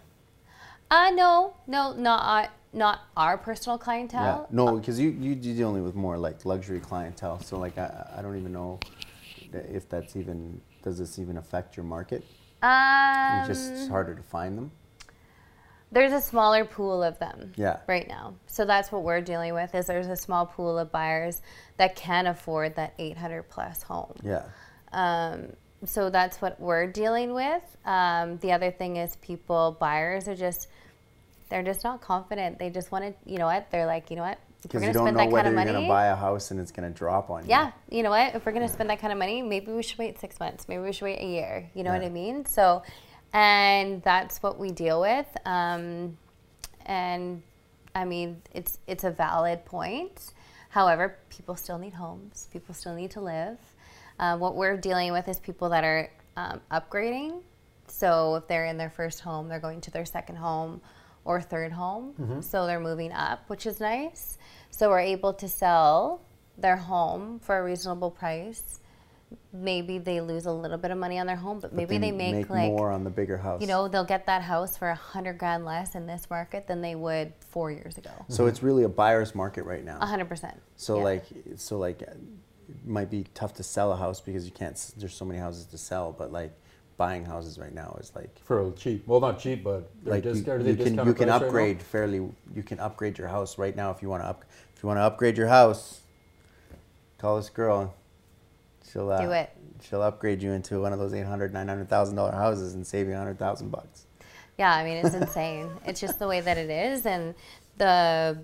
Uh no, no, not not our personal clientele. Yeah. No, because you, you you're dealing with more like luxury clientele. So like I I don't even know if that's even does this even affect your market? Um, It's just it's harder to find them. there's a smaller pool of them Yeah. right now so that's what we're dealing with is there's a small pool of buyers that can afford that 800 plus home Yeah. um, so that's what we're dealing with um, the other thing is people buyers are just they're just not confident they just want to you know what they're like you know what if Because we're you going to don't spend know that kind whether of you're gonna money buy a house and it's gonna drop on you. yeah, you know what? If we're gonna spend that kind of money, maybe we should wait six months. Maybe we should wait a year. You know what Yeah. I mean? So, and that's what we deal with. Um, and I mean, it's it's a valid point. However, people still need homes. People still need to live. Uh, what we're dealing with is people that are um, upgrading So if they're in their first home, they're going to their second home or third home. So they're moving up, which is nice. So we're able to sell their home for a reasonable price. Maybe they lose a little bit of money on their home, but, maybe they make, like more on the bigger house. you know they'll get that house for a hundred grand less in this market than they would four years ago. So it's really a buyer's market right now. A hundred percent. So Uh-huh. Yeah. like, so like, it might be tough to sell a house because you can't. s- There's so many houses to sell, but like, buying houses right now is like, for cheap. Well, not cheap, but they're like just, you, are they you can discounted you can price right now? upgrade fairly. You can upgrade your house right now if you want to up. If you want to upgrade your house, call this girl. She'll uh, Do it. She'll upgrade you into one of those 800 900,000 dollar houses and save you a hundred thousand bucks. Yeah, I mean it's insane. it's just the way that it is, and the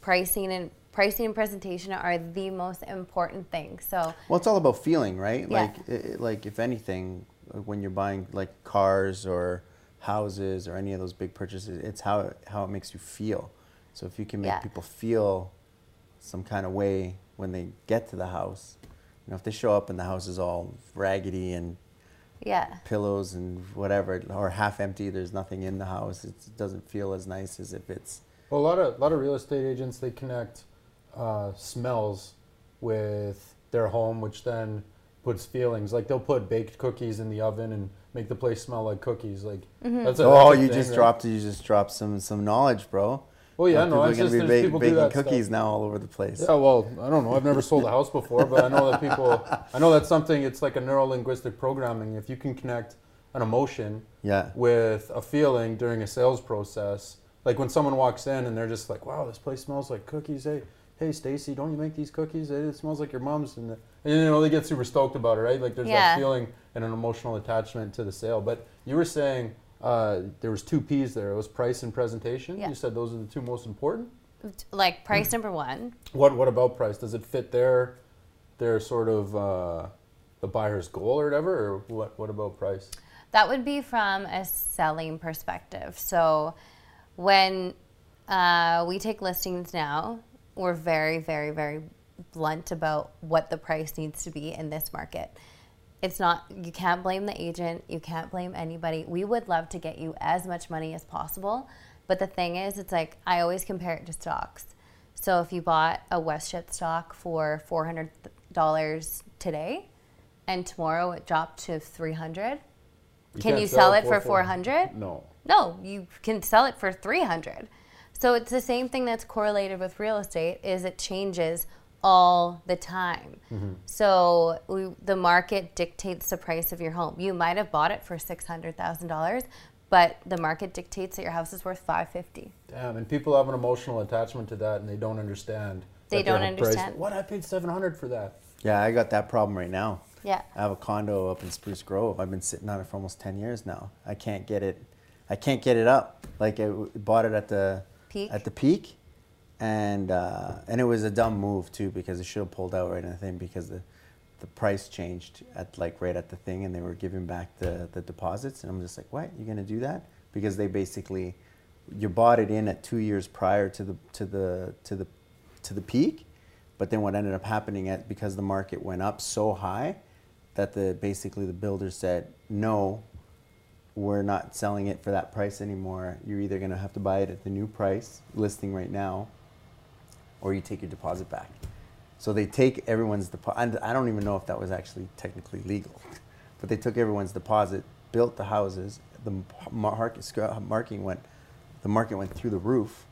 pricing and pricing and presentation are the most important thing. So Well, it's all about feeling, right? Yeah. Like, i i- like if anything, when you're buying like cars or houses or any of those big purchases, it's how it, how it makes you feel. So if you can make Yeah. people feel some kind of way when they get to the house, you know, if they show up and the house is all raggedy and yeah, pillows and whatever, or half empty, there's nothing in the house, it's, it doesn't feel as nice as if it's Well, a lot of lot of real estate agents they connect uh, smells with their home, which then puts feelings. Like they'll put baked cookies in the oven and make the place smell like cookies. Like Mm-hmm. that's a, oh, that's a you thing, just right? dropped you just dropped some some knowledge, bro. Well, Now yeah, no, people are it's gonna just be there's ba- people do baking that stuff. cookies now all over the place. Yeah, well, I don't know. I've never sold a house before, but I know that people. I know that's something. It's like a neuro linguistic programming. If you can connect an emotion Yeah. with a feeling during a sales process, like when someone walks in and they're just like, "Wow, this place smells like cookies." Hey, hey, Stacy, don't you make these cookies? Hey, It smells like your mom's, and, the, and you know they get super stoked about it, right? Like there's Yeah. that feeling and an emotional attachment to the sale. But you were saying uh, there was two P's there. It was price and presentation. Yeah. You said those are the two most important. like Mm. price number one. What what about price? Does it fit their their sort of uh, the buyer's goal or whatever? Or what what about price? That would be from a selling perspective. So when uh, we take listings now, we're very, very, very blunt about what the price needs to be in this market. It's not, you can't blame the agent, you can't blame anybody. We would love to get you as much money as possible. But the thing is, it's like I always compare it to stocks. So if you bought a Westship stock for $400 today and tomorrow it dropped to 300, Can can't you sell it for 400? No. no, you can sell it for 300. So it's the same thing that's correlated with real estate is it changes all the time. Mm-hmm. So we, the market dictates the price of your home. You might have bought it for $600,000, but the market dictates that your house is worth 550. Damn, and people have an emotional attachment to that, and they don't understand. They that they're don't priced- understand. What I paid seven hundred for that. Yeah, I got that problem right now. Yeah. I have a condo up in Spruce Grove. I've been sitting on it for almost ten years now. I can't get it. I can't get it up. Like I w- bought it at the Peak? At the peak, and uh, and it was a dumb move too because it should have pulled out right in the thing because the the price changed at like right at the thing and they were giving back the the deposits and I'm just like what you're gonna do that because they basically you bought it in at two years prior to the to the to the to the peak but then what ended up happening at because the market went up so high that the basically the builder said no we're not selling it for that price anymore you're either going to have to buy it at the new price listing right now or you take your deposit back so they take everyone's deposit i don't even know if that was actually technically legal but they took everyone's deposit built the houses the market marking went the market went through the roof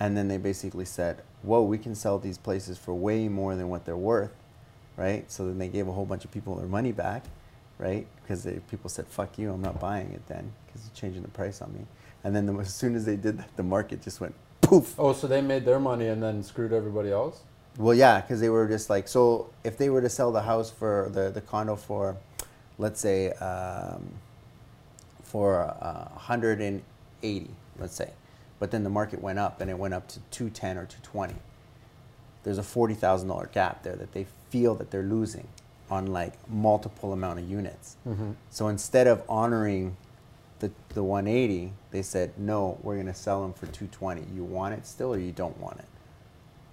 and then they basically said, "Whoa, we can sell these places for way more than what they're worth," right? So then they gave a whole bunch of people their money back, right? Because they, people said, "Fuck you, I'm not buying it then," because you're changing the price on me. And then the, as soon as they did that, the market just went poof. Oh, so they made their money and then screwed everybody else. Well, yeah, because they were just like, so if they were to sell the house for the the condo for, let's say, um, for uh, 180, let's say, but then the market went up and it went up to 210 or 220. there's a forty thousand dollar gap there that they feel that they're losing on like multiple amount of units. So instead of honoring the the one eighty, they said no, we're gonna sell them for two twenty. You want it still or you don't want it,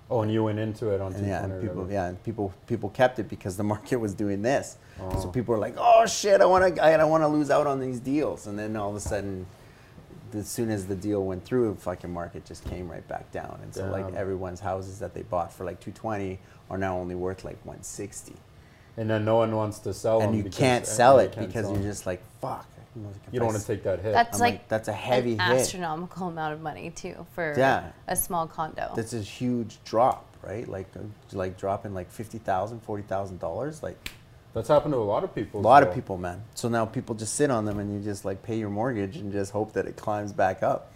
Oh, and you went into it on And yeah, T20 and or people, whatever. yeah, and people, people kept it because the market was doing this. So Oh. people were like, "Oh shit, I want to, I don't want to lose out on these deals." And then all of a sudden, as soon as the deal went through, the fucking market just came right back down. And so like Damn. everyone's houses that they bought for like 220 are now only worth like 160, And then no one wants to sell and them you Oh, because- can't and sell you it can't because sell you're them. just like, "Fuck." You, know, if you don't I want to s- take that hit. That's I'm like, like, that's a heavy an hit. astronomical amount of money too for Yeah. a small condo. That's a huge drop, right? Like, uh, like dropping like fifty thousand, forty thousand dollars, like. That's happened to a lot of A people. lot so- of people, man. So now people just sit on them and you just like pay your mortgage and just hope that it climbs back up.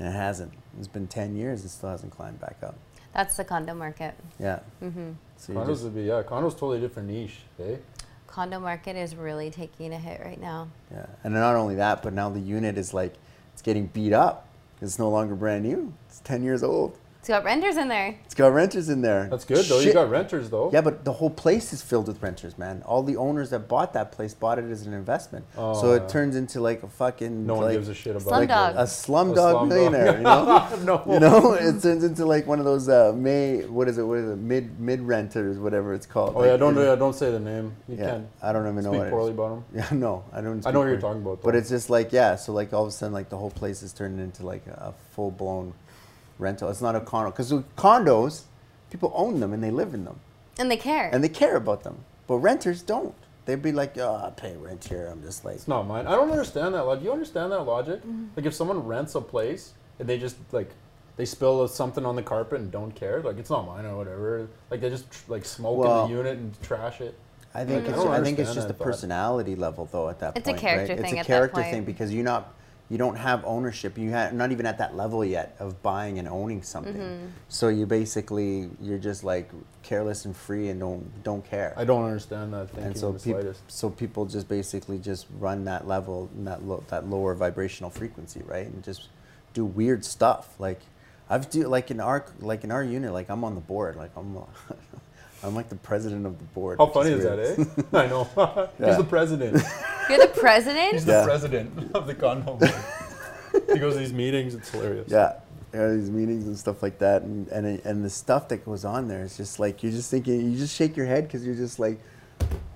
And it hasn't. It's been 10 years, it still hasn't climbed back up. That's the condo market. Yeah. Mm-hmm. So you Condos just, would be yeah. Condos totally different niche. Eh? Condo market is really taking a hit right now. yeah. And not only that, but now the unit is like, it's getting beat up. It's no longer brand new. It's 10 years old. It's got renters in there. It's got renters in there. That's good though. You Shit. got renters though. Yeah, but the whole place is filled with renters, man. All the owners that bought that place bought it as an investment. Oh, so it yeah. turns into like a fucking No one like, gives a shit about. Slumdog. a it. slumdog slumdog. millionaire, you know? no. You know, it turns into like one of those uh, May. What is it? What is it? Mid mid renters, whatever it's called. Oh Like, yeah. Don't it- yeah, don't say the name. You yeah, can't I don't even know speak what. poorly it about them. is. Yeah, no, I don't. I speak know what you're poorly. talking about. But though. it's just like yeah. So like all of a sudden, like the whole place is turned into like a, full blown rental. It's not a condo because condos, people own them and they live in them And they care. and they care about them. But renters don't. They'd be like, oh, I pay rent here. I'm just like, It's not mine. I don't understand that. Like, do you understand that logic? Mm-hmm. Like, if someone rents a place and they just like they spill something on the carpet and don't care, like it's not mine or whatever. Like they just tr- like smoke Well- in the unit and trash it. I think Like, I it's don't I, think it's understand just a that thought. personality level though at that It's a point. character right? thing It's at a that character point. thing because you not you don't have ownership. You have not even at that level yet of buying and owning something. Mm-hmm. So you basically you're just like careless and free and don't don't care. I don't understand that thinking and so in the people slightest. so people just basically just run that level and that lo- that lower vibrational frequency, right? And just do weird stuff. Like I've do like in our like in our unit, like I'm on the board, like I'm I'm like the president of the board. How which funny is weird. that, eh? I know. He's Yeah. the president. You're the He's president? Yeah. the president of the condo. board. he goes to these meetings. It's hilarious. Yeah. Yeah, these meetings and stuff like that, and, and it- and the stuff that goes on there is just like you're just thinking, you just shake your head because you're just like,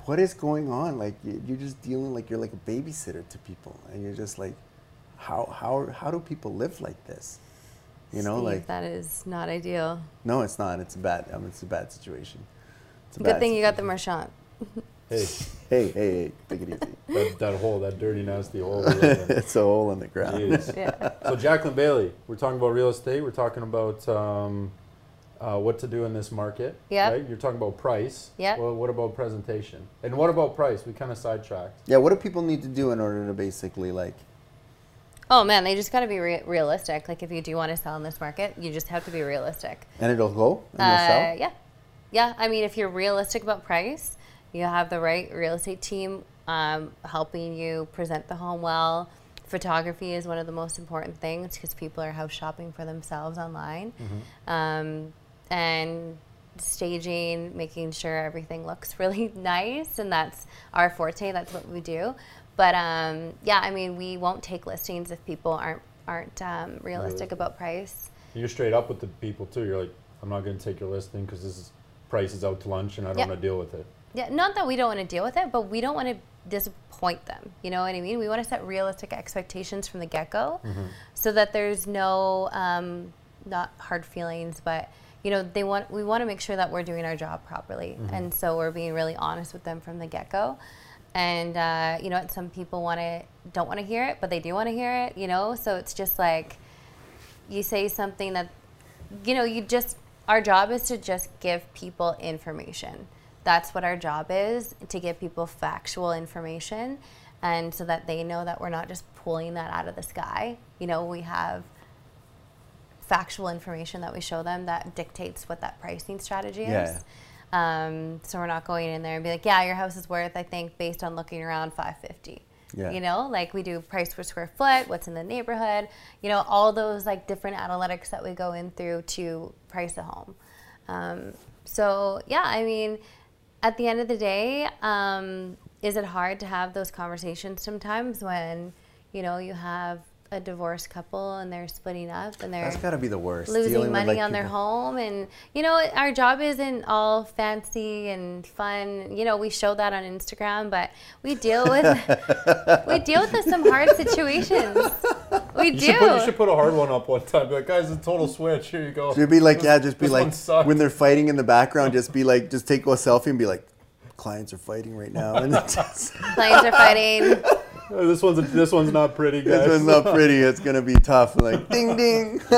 what is going on? Like you- you're just dealing like you're like a babysitter to people, and you're just like, how how how do people live like this? You know, Steve, like that is not ideal. no, it's not. It's a bad. I mean, it's a bad situation. It's a Good bad thing you got the merchant. Hey, Hey hey hey, take it easy. that, that hole, that dirty, nasty hole. we live in. it's a hole in the ground. Jeez. Yeah. So Jacqueline Bailey, we're talking about real estate. We're talking about um, uh, what to do in this market. Yep. Right? You're talking about price. Yep. Well, what about presentation? And what about price? We kind of sidetracked. Yeah, what do people need to do in order to basically like? Oh man, they just got to be re- realistic. Like if you do want to sell in this market, you just have to be realistic. And it'll go and it'll Uh, sell. yeah, yeah. I mean, if you're realistic about price, you have the right real estate team um, helping you present the home well. Photography is one of the most important things because people are house shopping for themselves online, um, and staging, making sure everything looks really nice, and that's our forte. That's what we do. But um, yeah, I mean, we won't take listings if people aren't aren't um, realistic Realistic. about price. You're straight up with the people too. You're like, I'm not going to take your listing because this is, price is out to lunch, and I don't Yeah. want to deal with it. Yeah, not that we don't want to deal with it, but we don't want to disappoint them. You know what I mean? We want to set realistic expectations from the get go so that there's no, um, not hard feelings, but. You know, they want we want to make sure that we're doing our job properly, and so we're being really honest with them from the get go. And uh, you know, what, some people want to don't want to hear it, but they do want to hear it. You know, so it's just like you say something that you know you just our job is to just give people information that's what our job is to give people factual information and so that they know that we're not just pulling that out of the sky you know we have factual information that we show them that dictates what that pricing strategy Yeah. is um, so we're not going in there and be like yeah your house is worth i think based on looking around 550 Yeah. you know know, like we do price per square foot, what's in the neighborhood, you know, all those like different analytics that we go in through to price a home. Um, so yeah, I mean, at the end of the day, um, is it hard to have those conversations sometimes when you know you have a divorced couple and they're splitting up and they're That's got to be the worst. Dealing losing with, money like, on their people- home and you know our job isn't all fancy and fun you know we show that on instagram but we deal with we deal with some hard situations we You do should, put, you should put a hard one up one time. Be like, guys, it's a total switch. Here you go. It'd be like, yeah, just be this one like, sucked. when they're fighting in the background, just be like, just take a selfie and be like, clients are fighting right now. And it's just, clients are fighting Uh, this one's this one's not pretty, guys. this one's not pretty. It's going to be tough. Like, ding, ding.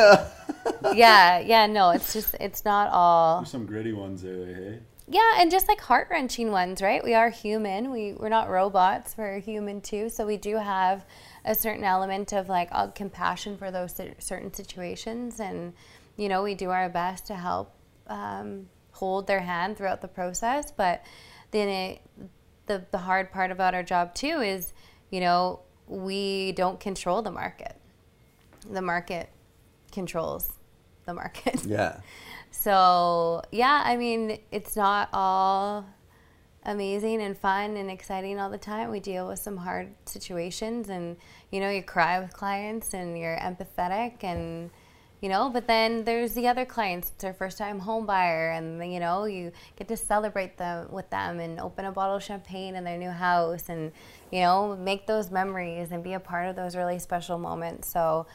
yeah yeah no it's just it's not all Some gritty ones there, hey. yeah and just like heart-wrenching ones right we are human we we're not robots we're human too so we do have a certain element of like uh, compassion for those cer- certain situations and you know we do our best to help um, hold their hand throughout the process but then it the, the hard part about our job too is you know we don't control the market the market controls the market yeah. so, yeah, I mean, it's not all amazing and fun and exciting all the time. We deal with some hard situations and, you know, you cry with clients and you're empathetic and, you know, but then there's the other clients. It's their first time home buyer and, you know, you get to celebrate them with them and open a bottle of champagne in their new house and, you know, make those memories and be a part of those really special moments. So,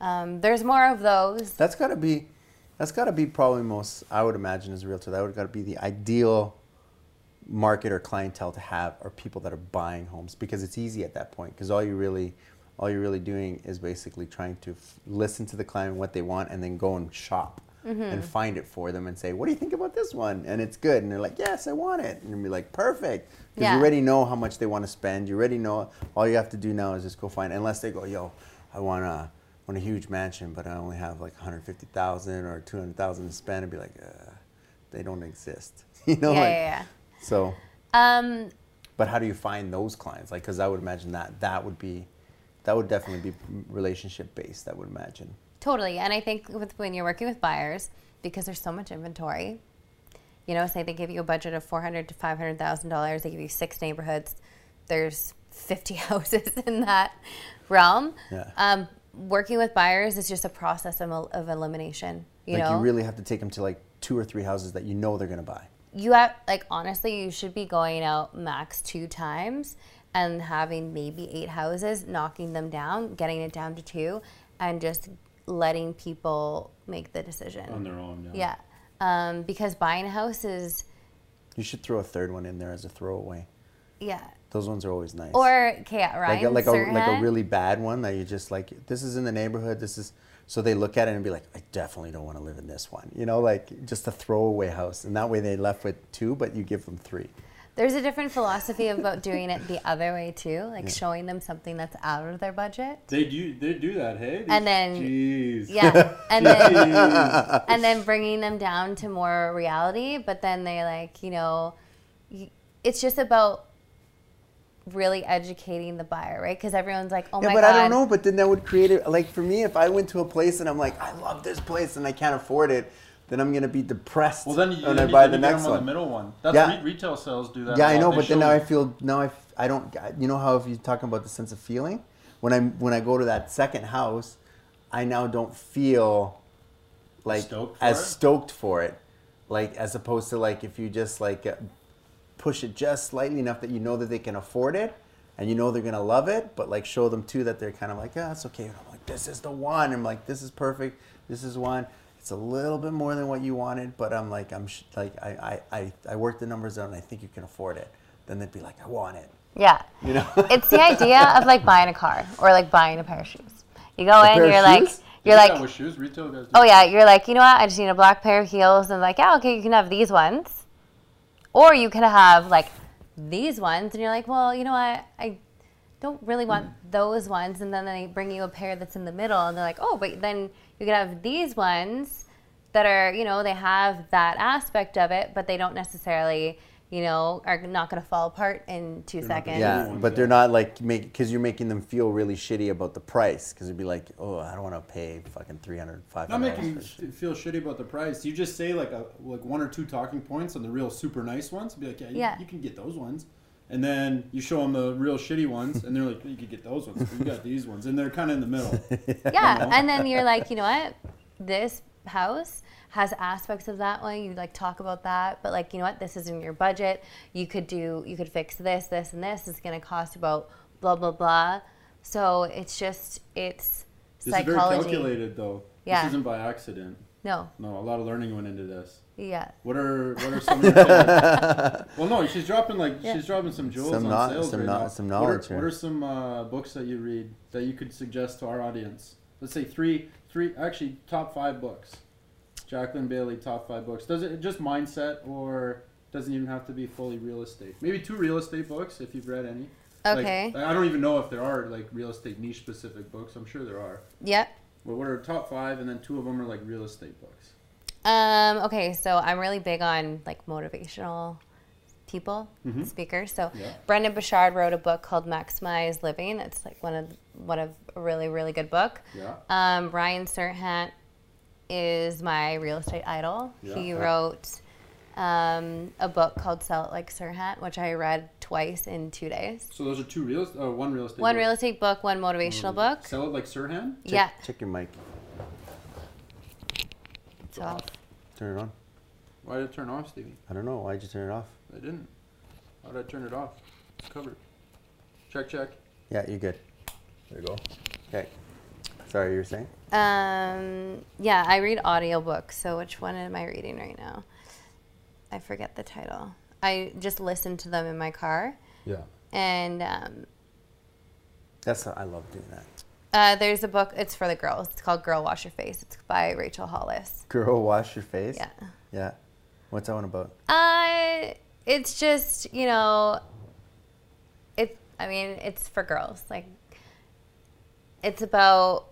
um, there's more of those. That's got to be, that's got to be probably most, I would imagine as a realtor, that would got to be the ideal market or clientele to have are people that are buying homes because it's easy at that point because all you really all you're really doing is basically trying to f- listen to the client what they want and then go and shop Mm-hmm. and find it for them and say what do you think about this one and it's good and they're like yes i want it and you'll be like perfect because Yeah. you already know how much they want to spend you already know all you have to do now is just go find unless they go yo i want a want a huge mansion but i only have like 150000 or 200000 to spend and be like uh, they don't exist you know yeah, like, yeah, yeah. so Um, but how do you find those clients? Like, because I would imagine that that would be, that would definitely be relationship based. I would imagine. totally. And I think with when you're working with buyers, because there's so much inventory, you know, say they give you a budget of four hundred to five hundred thousand dollars, they give you six neighborhoods, there's fifty houses in that realm. Yeah. Um, working with buyers is just a process of, el- of elimination. You like, know, you really have to take them to like two or three houses that you know they're gonna buy. you have like honestly you should be going out max two times and having maybe eight houses knocking them down getting it down to two and just letting people make the decision On their own, yeah um, because buying a house is You should throw a third one in there as a throwaway. yeah Those ones are always nice. or okay yeah, like Ryan a, like a like a Serhan. really bad one that you just like. This is in the neighborhood. This is so they look at it and be like, I definitely don't want to live in this one. You know, like just a throwaway house, and that way they left with two, but you give them three. There's a different philosophy about doing it the other way too, like showing them something that's out of their budget. They do they do that, hey? And then- Jeez. Yeah, and then and then bringing them down to more reality. But then they like you know, y- it's just about really educating the buyer, right? Because everyone's like, oh Yeah, my but god, I don't know. But then that would create it. Like for me, if I went to a place and I'm like, I love this place and I can't afford it, then I'm gonna be depressed Well, then you, when then I you- buy then the you get next 'em on one. the middle one. That's Yeah. re- retail sales do that. yeah, a I lot. know. They But then show now I you- feel now I, f- I don't you know how if you're talking about the sense of feeling when I when I go to that second house, I now don't feel like Stoked for as it? stoked for it, like as opposed to like if you just like uh, push it just slightly enough that you know that they can afford it and you know they're gonna love it, but like show them too that they're kind of like, ah, it's okay. And I'm like, this is the one. I'm like, this is perfect. This is one. It's a little bit more than what you wanted, but I'm like, I'm sh- like, I, I, I, I work the numbers out and I think you can afford it. Then they'd be like, I want it. yeah. You know? It's the idea of like buying a car or like buying a pair of shoes. You go in, pair of you're like, shoes? They you're do that like, with shoes. Retail guys. Do oh yeah, you're like, you know what? I just need a black pair of heels, and like, yeah, okay, you can have these ones, or you can have like these ones, and you're like, well, you know what? I don't really want those ones, and then they bring you a pair that's in the middle, and they're like, oh, but then you can have these ones that are, you know, they have that aspect of it, but they don't necessarily. You know, are not going to fall apart in 2 seconds. Yeah, ones, but yeah. they're not like make because you're making them feel really shitty about the price because it'd be like, oh, I don't want to pay fucking three hundred five. Not making for you sh- feel shitty about the price. You just say like a like one or two talking points on the real super nice ones. Be like, yeah, you, Yeah. you can get those ones. and then you show them the real shitty ones, and they're like, "You could get those ones. but You got these ones," and they're kind of in the middle. yeah and then you're like you know what this house has aspects of that one you like talk about that but like you know what this is in your budget you could do you could fix this this and this it's going to cost about blah blah blah so it's just it's This is very psychology calculated, though. Yeah. This isn't by accident. no No, a lot of learning went into this. yeah What are what are some? Of your favorite- well, no, she's dropping like Yeah. she's dropping some jewels Some on kno- sales some right kno- now. some What are- knowledge What are, here. some uh, books that you read that you could suggest to our audience? Let's say three, three actually top five books. Jacqueline Bailey, top five books. Does it just mindset or doesn't even have to be fully real estate? Maybe two real estate books if you've read any. Like, uh, okay I don't even know if there are like real estate niche specific books. I'm sure there are. yep But what are top five, and then two of them are like real estate books. Um, okay, so I'm really big on like motivational people, speakers. So Mm-hmm. Yeah. Brendan Bouchard wrote a book called Maximize Living. It's like one of one of a really really good book. Yeah. Um, Ryan Serhant is my real estate idol. He Yeah. wrote um, a book called Sell It Like Serhant, which I read twice in two days. So those are two real, uh, one real estate. One book. real estate book, one motivational book. Mm. Sell it like Sirhan? Check, yeah, Check your mic. it's off. Turn it on. Why did it turn off, Stevie? I don't know. Why'd you turn it off? I didn't. How did I turn it off? It's covered. Check, check. Yeah, you're good. There you go. Okay. Sorry, you were saying? Um, yeah, I read audiobooks. So which one am I reading right now? I forget the title. I just listen to them in my car. Yeah. And um, That's I love doing that. uh, there's a book, it's for the girls. It's called Girl Wash Your Face. It's by Rachel Hollis. Girl, wash your face. Yeah. Yeah. What's that one about? Uh, it's just, you know, it's, I mean, it's for girls. Like, it's about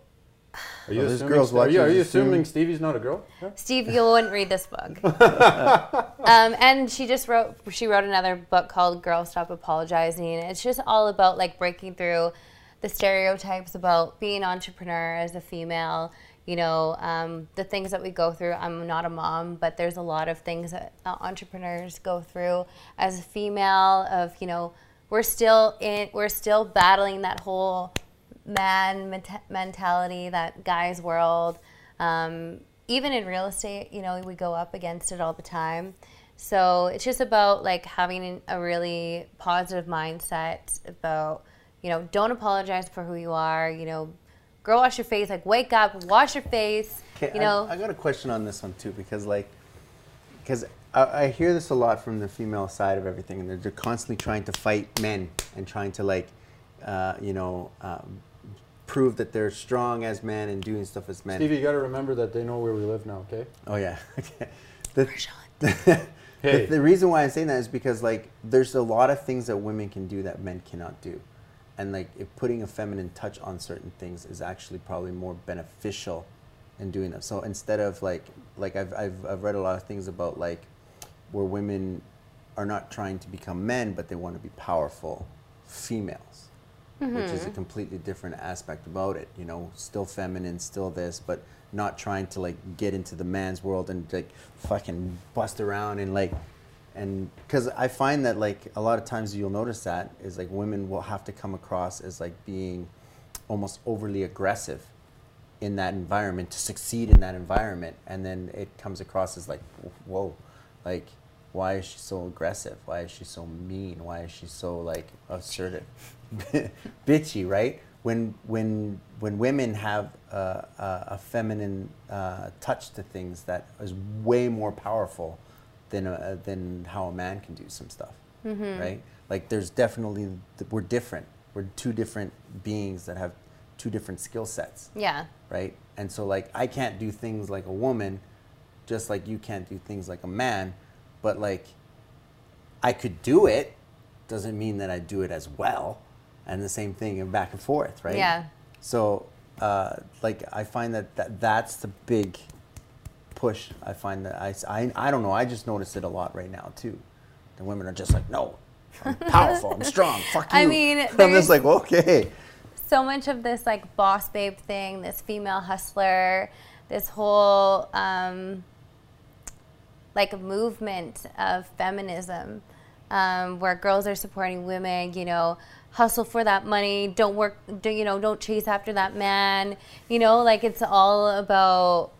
Are you Oh, there's assuming, girls are you, are watching you this too. assuming Stevie's not a girl? Yeah. Steve, you wouldn't read this book. um, and she just wrote she wrote another book called Girl Stop Apologizing. It's just all about like breaking through the stereotypes about being an entrepreneur as a female. You know um, the things that we go through. I'm not a mom, but there's a lot of things that uh, entrepreneurs go through as a female. Of you know, we're still in, we're still battling that whole man ment- mentality, that guy's world. Um, even in real estate, you know, we go up against it all the time. So it's just about like having an- a really positive mindset about, you know, don't apologize for who you are. You know, girl, wash your face. Like, wake up, wash your face. Okay, you I- know, I, got a question on this one too because like, because I, I hear this a lot from the female side of everything, and they're, they're constantly trying to fight men and trying to like, uh, you know, um, prove that they're strong as men and doing stuff as men. Stevie, you got to remember that they know where we live now, okay? Oh yeah. Okay. The, Hey. the, the reason why I'm saying that is because like there's a lot of things that women can do that men cannot do, and like if putting a feminine touch on certain things is actually probably more beneficial in doing that. So instead of like like I've I've, I've read a lot of things about like where women are not trying to become men but they want to be powerful females which is a completely different aspect about it. You know, still feminine, still this, but not trying to like get into the man's world and like fucking bust around and like, and because I find that like a lot of times you'll notice that is like women will have to come across as like being almost overly aggressive in that environment to succeed in that environment and then it comes across as like whoa like why is she so aggressive why is she so mean why is she so like assertive bitchy right when when when women have a, a, a feminine uh, touch to things that is way more powerful than a, than how a man can do some stuff right like there's definitely we're different we're two different beings that have two different skill sets yeah, right? And so like I can't do things like a woman, just like you can't do things like a man, but like I could do it doesn't mean that I do it as well, and the same thing and back and forth, right? Yeah. So uh, like I find that, that that's the big push. I find that I, s- I I don't know. I just notice it a lot right now too. The women are just like no. I'm powerful. I'm strong. Fuck you. I mean, I'm there's- just like okay. so much of this like boss babe thing, this female hustler, this whole um, like movement of feminism um, where girls are supporting women. You know, hustle for that money. Don't work. Do, you know? Don't chase after that man. You know, like it's all about.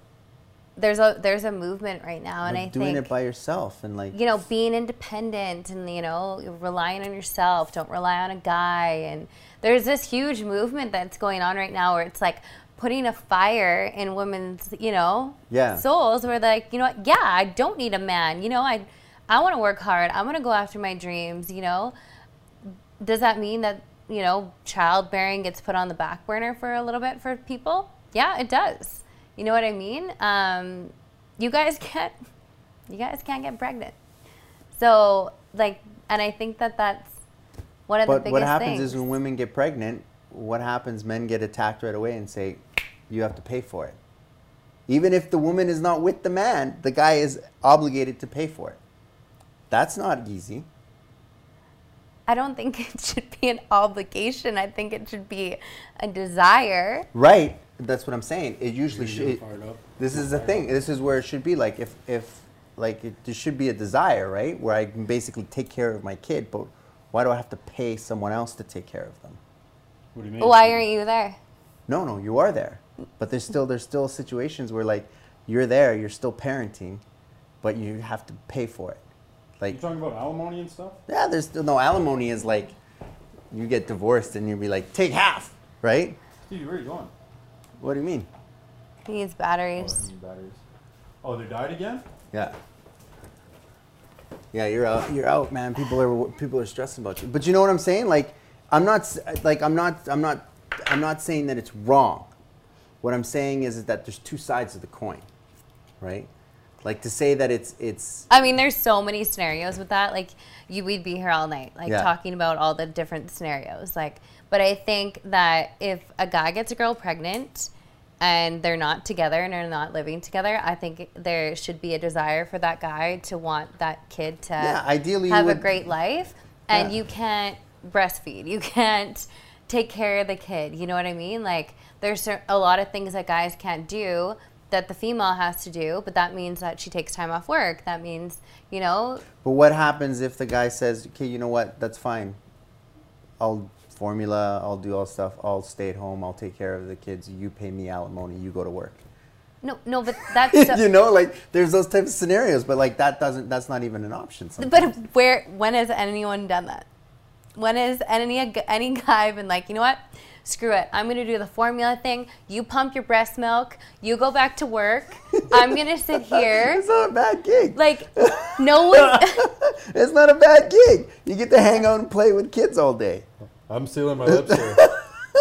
There's a there's a movement right now, and Like, I doing think it by yourself and like you know, being independent and you know, relying on yourself. Don't rely on a guy. And there's this huge movement that's going on right now where it's like putting a fire in women's, you know, Yeah. souls. Where they're like, you know, what? yeah, I don't need a man. You know, I, I want to work hard. I want to go after my dreams. You know, does that mean that you know childbearing gets put on the back burner for a little bit for people? Yeah, it does. You know what I mean? Um, you guys can't, you guys can't get pregnant. So like, and I think that that's one of the but biggest what happens things. is when women get pregnant what happens men get attacked right away and say you have to pay for it even if the woman is not with the man the guy is obligated to pay for it that's not easy I don't think it should be an obligation. I think it should be a desire. right that's what i'm saying it usually You're getting should fired up. this is the thing this is where it should be like if if like it, there should be a desire right where i can basically take care of my kid but why do i have to pay someone else to take care of them What do you mean? Why aren't you there? no no you are there but there's still there's still situations where like you're there you're still parenting but you have to pay for it like You talking about alimony and stuff? yeah there's still no alimony is like you get divorced and you'd be like take half right Dude, where are you going? what do you mean He needs batteries. batteries. Oh, they died again? Yeah. Yeah, you're out. You're out, man. People are people are stressing about you. But you know what I'm saying? Like, I'm not s- like I'm not I'm not I'm not saying that it's wrong. What I'm saying is, is that there's two sides of the coin, right? Like to say that it's it's I mean, there's so many scenarios with that. Like, you, we'd be here all night, like Yeah. talking about all the different scenarios. Like, but I think that if a guy gets a girl pregnant and they're not together and they're not living together, I think there should be a desire for that guy to want that kid to Yeah, ideally you have a would- great life. And Yeah. you can't breastfeed. You can't take care of the kid. You know what I mean? Like, there's cer- a lot of things that guys can't do that the female has to do, but that means that she takes time off work. That means, you know, But what happens if the guy says, okay, you know what? That's fine. I'll formula, I'll do all stuff, I'll stay at home, I'll take care of the kids, you pay me alimony, you go to work. no, no, but that's. so- you know, like there's those types of scenarios, but like that doesn't that's not even an option. Sometimes. But where? When has anyone done that? When has any any guy been like, you know what? Screw it. I'm gonna do the formula thing. You pump your breast milk. You go back to work. I'm gonna sit here. It's not a bad gig. Like, no one. it's not a bad gig. You get to hang out and play with kids all day. I'm sealing my lips here.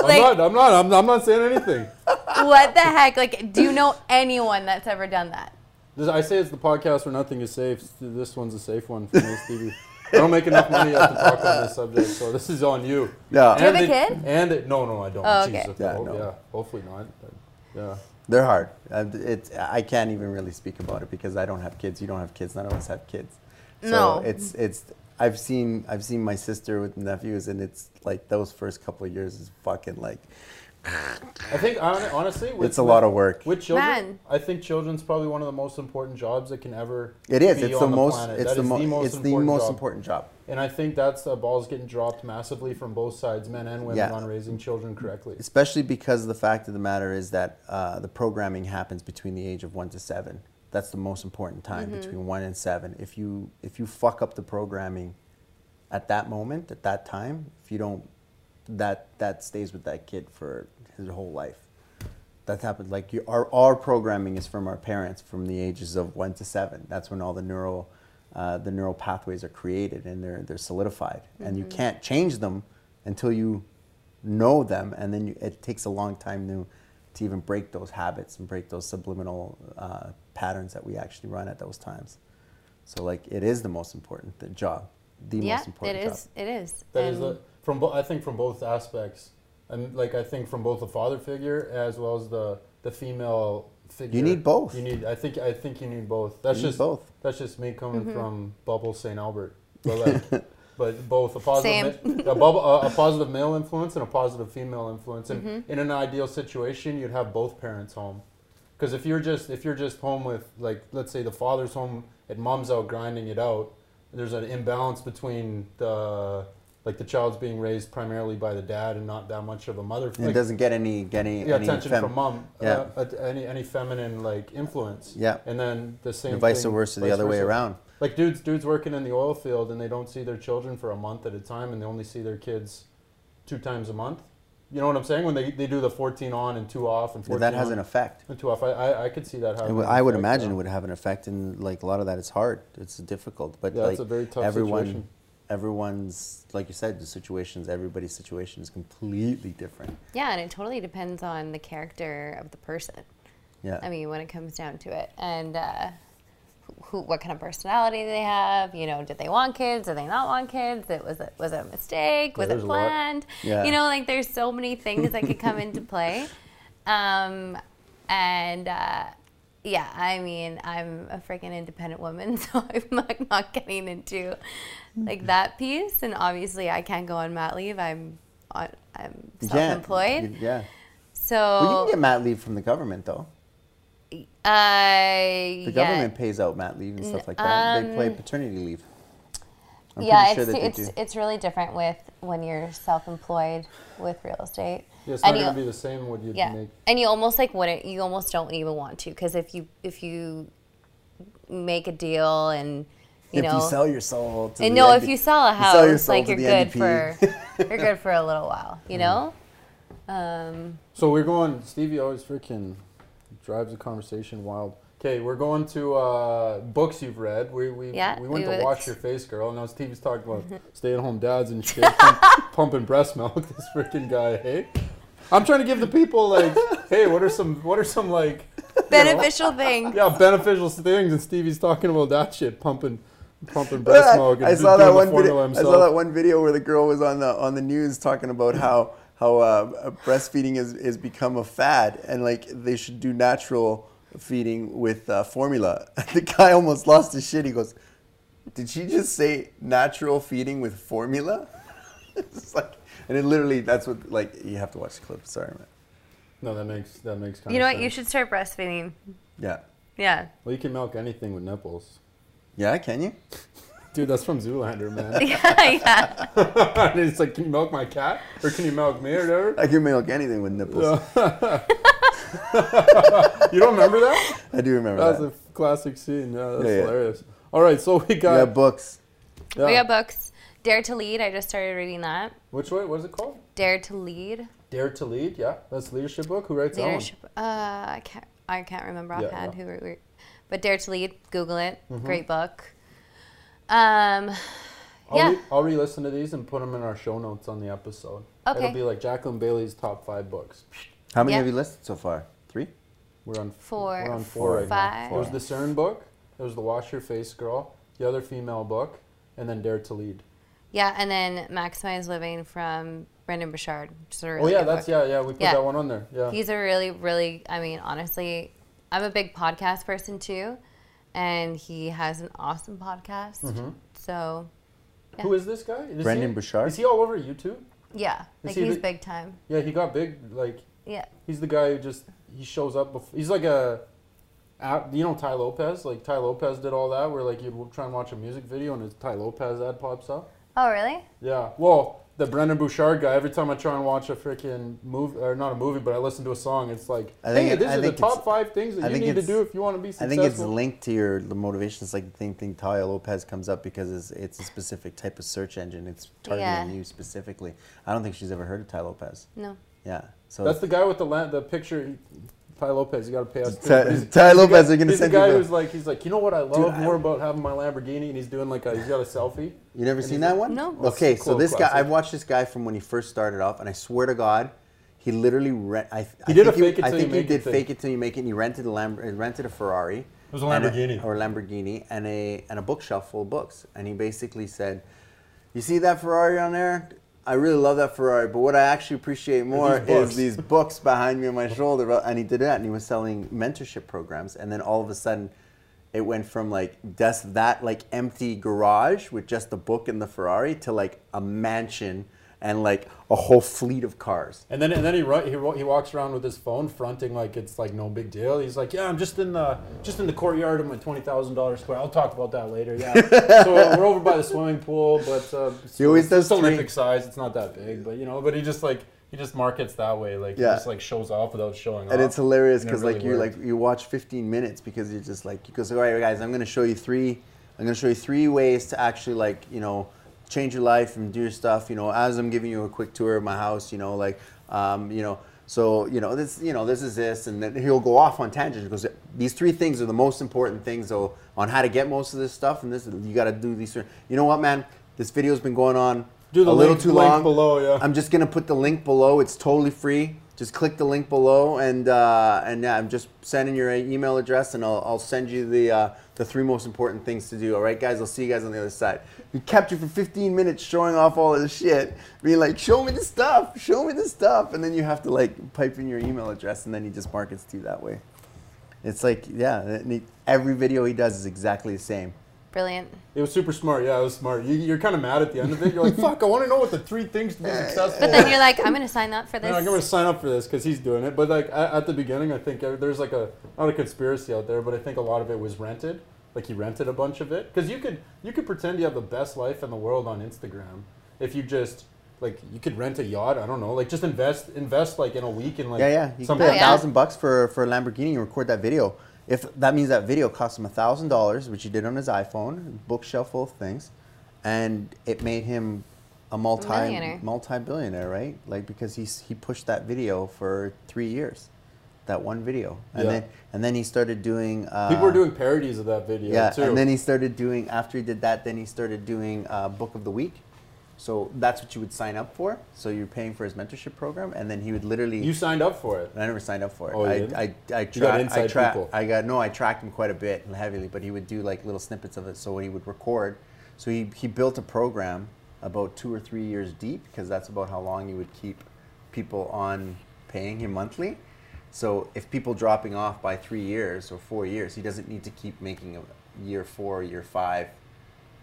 Like- I'm not. I'm not. I'm, I'm not saying anything. what the heck? Like, do you know anyone that's ever done that? This- I say it's the podcast where nothing is safe. This one's a safe one for me, Stevie. I don't make enough money yet to talk on this subject, so this is on you. No, Do you have a it- kid? And it, no, no, I don't. Oh, Jeez, okay. if- Yeah, oh, no. yeah, hopefully not. but, yeah. they're hard. Uh, It's I can't even really speak about it because I don't have kids. You don't have kids. None of us have kids. So No. it's it's I've seen I've seen my sister with nephews, and it's like those first couple of years is fucking like I think hon- honestly, with, it's a lot with- of work. With children, Man. I think children's probably one of the most important jobs that can ever. It is. Be It's the on most. planet. It's That the, is mo- It's the most job. important job. And I think that's uh, balls getting dropped massively from both sides, men and women, Yeah. on raising children correctly. especially because the fact of the matter is that uh, the programming happens between the age of one to seven. That's the most important time between one and seven. If you if you fuck up the programming at that moment, at that time, if you don't, that that stays with that kid for his whole life. That's happened. Like you, our our programming is from our parents from the ages of one to seven. That's when all the neural uh, the neural pathways are created and they're they're solidified, and you Mm-hmm. can't change them until you know them, and then you, it takes a long time to to even break those habits and break those subliminal uh, patterns that we actually run at those times. So like it is the most important th- job, the yeah, most it important job. is. It is. That is And the, from bo- I think from both aspects, and like I think from both the father figure as well as the the female figure. need both. You need. I think. I think you need both. That's You need just Mm-hmm. both. That's just me coming Mm-hmm. from Bubble St. Albert. But, like, but both a positive, Same. ma- a, bubble, a, a positive male influence and a positive female influence. And Mm-hmm. in an ideal situation, you'd have both parents home. Because if you're just if you're just home with like let's say the father's home and mom's out grinding it out, there's an imbalance between the like the child's being raised primarily by the dad and not that much of a mother. And like, it doesn't get any get any, yeah, any attention fem- from mom. Yeah. uh, at- any any feminine like influence. Yeah. And then the same. and vice thing- versa, the vice other way versa. around. Like dudes, dudes working in the oil field and they don't see their children for a month at a time, and they only see their kids two times a month. You know what I'm saying? When they, they do the 14 on and two off and 14 Well, that has on an effect. and two off, I, I, I could see that It happening. would- I would Like, imagine uh, it would have an effect, and like a lot of that, it's hard. It's difficult, but Yeah, like it's a very tough everyone, situation. everyone's like you said, the situations, everybody's situation is completely different. Yeah, and it totally depends on the character of the person. Yeah, I mean, when it comes down to it, and uh, who, what kind of personality they have. You know, did they want kids? Did they not want kids? It was it was it a mistake? Was there's it a lot. planned? Yeah. You know, like there's so many things that could come into play, um, and. Uh, yeah, I mean, I'm a freaking independent woman, so I'm like not getting into like that piece. And obviously, I can't go on mat leave. I'm on, I'm self-employed, Yeah, you- yeah. so Well, you can get mat leave from the government though. uh, The yeah. um, government pays out mat leave and stuff like that. they play paternity leave. I'm yeah, pretty it's, sure that it's, they do. it's really different with when you're self-employed with real estate. Yeah, it's not and going to you, be the same what you'd yeah, make. and you almost like wouldn't. You almost don't even want to because if you if you make a deal and you if know you sell your soul to and the no, NDP if you sell a you sell your house, soul like to you're the good for NDP. you're good for a little while, you know. Um, So we're going. Stevie always freaking drives the conversation wild. Okay, we're going to uh, books you've read. We we, Yeah, we went we to would- Wash Your Face, Girl. Now Stevie's talking about stay-at-home dads and shit, pump, pumping breast milk. This freaking guy, hey. I'm trying to give the people like, hey, what are some what are some like beneficial thing. yeah beneficial things? And Stevie's talking about that shit, pumping pumping breast milk. And I just saw doing that the one formula video. I himself. saw that one video where the girl was on the on the news talking about how how uh, breastfeeding is is become a fad and like they should do natural feeding with uh, formula. The guy almost lost his shit. He goes, "Did she just say natural feeding with formula?" it's like, and it literally that's what like you have to watch the clip. Sorry, man. No, that makes that makes kind You of know what? You sense. should start breastfeeding. Yeah, Yeah. Well, you can milk anything with nipples, yeah. Can you? dude. That's from Zoolander, man. Yeah, yeah. and it's like, can you milk my cat or can you milk me or whatever? I can milk anything with nipples. You don't remember that? I do remember That's that. a classic scene. Yeah, that's Yeah, yeah. hilarious. All right, so we We got. have books. We yeah. got books. Dare to Lead. I just started reading that. Which way? What is it called? Dare to Lead. Dare to Lead. Yeah, that's a leadership book. Who writes leadership. Uh, I can't. I can't remember Yeah, Mm-hmm. offhand yeah. who. we were- But Dare to Lead. Google it. Great book. Um, that one? I'll, yeah. re- I'll re-listen to these and put them in our show notes on the episode. Okay. It'll be like Jacqueline Bailey's top five books. How many Yeah. have you listed so far? Three. We're on Four, We're on four right now. five. There was the CERN book. There was the Wash Your Face Girl. The other female book, and then Dare to Lead. yeah, and then Maximize Living from Brendan Burchard. Just a really oh yeah, good that's book. yeah yeah. We put Yeah. that one on there. Yeah. He's a really, really. I mean, honestly, I'm a big podcast person too, and he has an awesome podcast. Mm-hmm. So yeah. Who is this guy? Is he- Brendan Burchard? Is he all over YouTube? yeah, like he he's the- big time. Yeah, he got big. Like Yeah. he's the guy who just he shows up. Before, he's like a, app- you know, Ty Lopez. Like Ty Lopez did all that, where like you'd w- try and watch a music video and his Ty Lopez ad pops up. Oh really? Yeah. Well, the Brendan Bouchard guy. Every time I try and watch a freaking movie, or not a movie, but I listen to a song, it's like, I think hey, it- these I are the think it's- top five things I that you think need to it's- do if you want to be I successful. think it's linked to your the motivation. It's like the same thing Talia Lopez comes up because it's, it's a specific type of search engine. It's targeting Yeah. you specifically. I don't think she's ever heard of Ty Lopez. No. Yeah. So That's the guy with the la- the picture. he- Ty Lopez, you gotta pay us. Ty- He's- Ty he's the Lopez, guy- they're gonna he's send the you guy the- who's like, he's like, you know what I love I- more about having my Lamborghini, and he's doing like a, he's got a selfie. you never and seen he's that like- one? No. Okay, It's a so cult this guy, I classic. watched this guy from when he first started off, and I swear to God, he literally rent. I, I did a think fake it I till you think he make it did thing. fake it till you make it. And he rented a Lam- uh, rented a Ferrari. It was a Lamborghini. or a Lamborghini, and a and a bookshelf full of books. And he basically said, "You see that Ferrari on there? I really love that Ferrari, but what I actually appreciate more these books." is these books behind me on my shoulder." And he did that, and he was selling mentorship programs. And then all of a sudden, it went from like just that like empty garage with just the book and the Ferrari to like a mansion and like a whole fleet of cars. And then and then he ru- he wa- he walks around with his phone, fronting like it's like no big deal. He's like, yeah, I'm just in the just in the courtyard of my twenty thousand dollars square. I'll talk about that later. Yeah. so we're over by the swimming pool, but uh, it's- He always it's does it's Olympic three- size. It's not that big, but you know, but he just like he just markets that way. Like Yeah. he just like shows off without showing off. And it's hilarious And it because like really you worked. like you watch 15 minutes because you're just like because all right guys, I'm gonna show you three, I'm gonna show you three ways to actually like you know change your life and do your stuff. You know, as I'm giving you a quick tour of my house, you know, like um, you know. So you know this, you know this is this, and then he'll go off on tangents because these three things are the most important things though, on how to get most of this stuff. And this you got to do these. three- You know what, man? This video's been going on Do the a little link- too link long. below, yeah. I'm just gonna put the link below. It's totally free. Just click the link below, and uh, and yeah, I'm just sending your email address, and I'll, I'll send you the uh, the three most important things to do. All right, guys, I'll see you guys on the other side. We kept you for 15 minutes showing off all of this shit, being like, "Show me the stuff, show me the stuff," and then you have to like pipe in your email address, and then he just markets to you that way. It's like, yeah, and he- every video he does is exactly the same. Brilliant. it was super smart. Yeah, it was smart. You, you're kind of mad at the end of it. You're like, fuck, I want to know what the three things to be successful. But then you're like, I'm gonna sign up for Man, I'm gonna this. sign up for this because he's doing it. But like at, at the beginning, I think there- there's like a not a conspiracy out there, but I think a lot of it was rented. Like he rented a bunch of it because you could you could pretend you have the best life in the world on Instagram if you just like you could rent a yacht. I don't know, like just invest invest like in a week in like Yeah, yeah. You can some pay Oh, a yeah. thousand bucks for for a Lamborghini and record that video. If that means that video cost him a thousand dollars, which he did on his iPhone, bookshelf full of things, and it made him a multi Millionaire. multi billionaire, right? Like because he's he pushed that video for three years, that one video, and Yeah. then and then he started doing. Uh, people were doing parodies of that video yeah, too. and then he started doing after he did that, then he started doing uh, book of the week. So that's what you would sign up for. So you're paying for his mentorship program, and then he would literally you signed up for it. and I never signed up for it. Oh, you I, didn't? I, I, You got tra- I inside tra- people. I got no. I tracked him quite a bit and heavily, but he would do like little snippets of it. So he would record. So he, he built a program about two or three years deep because that's about how long he would keep people on paying him monthly. So if people dropping off by three years or four years, he doesn't need to keep making a year four, year five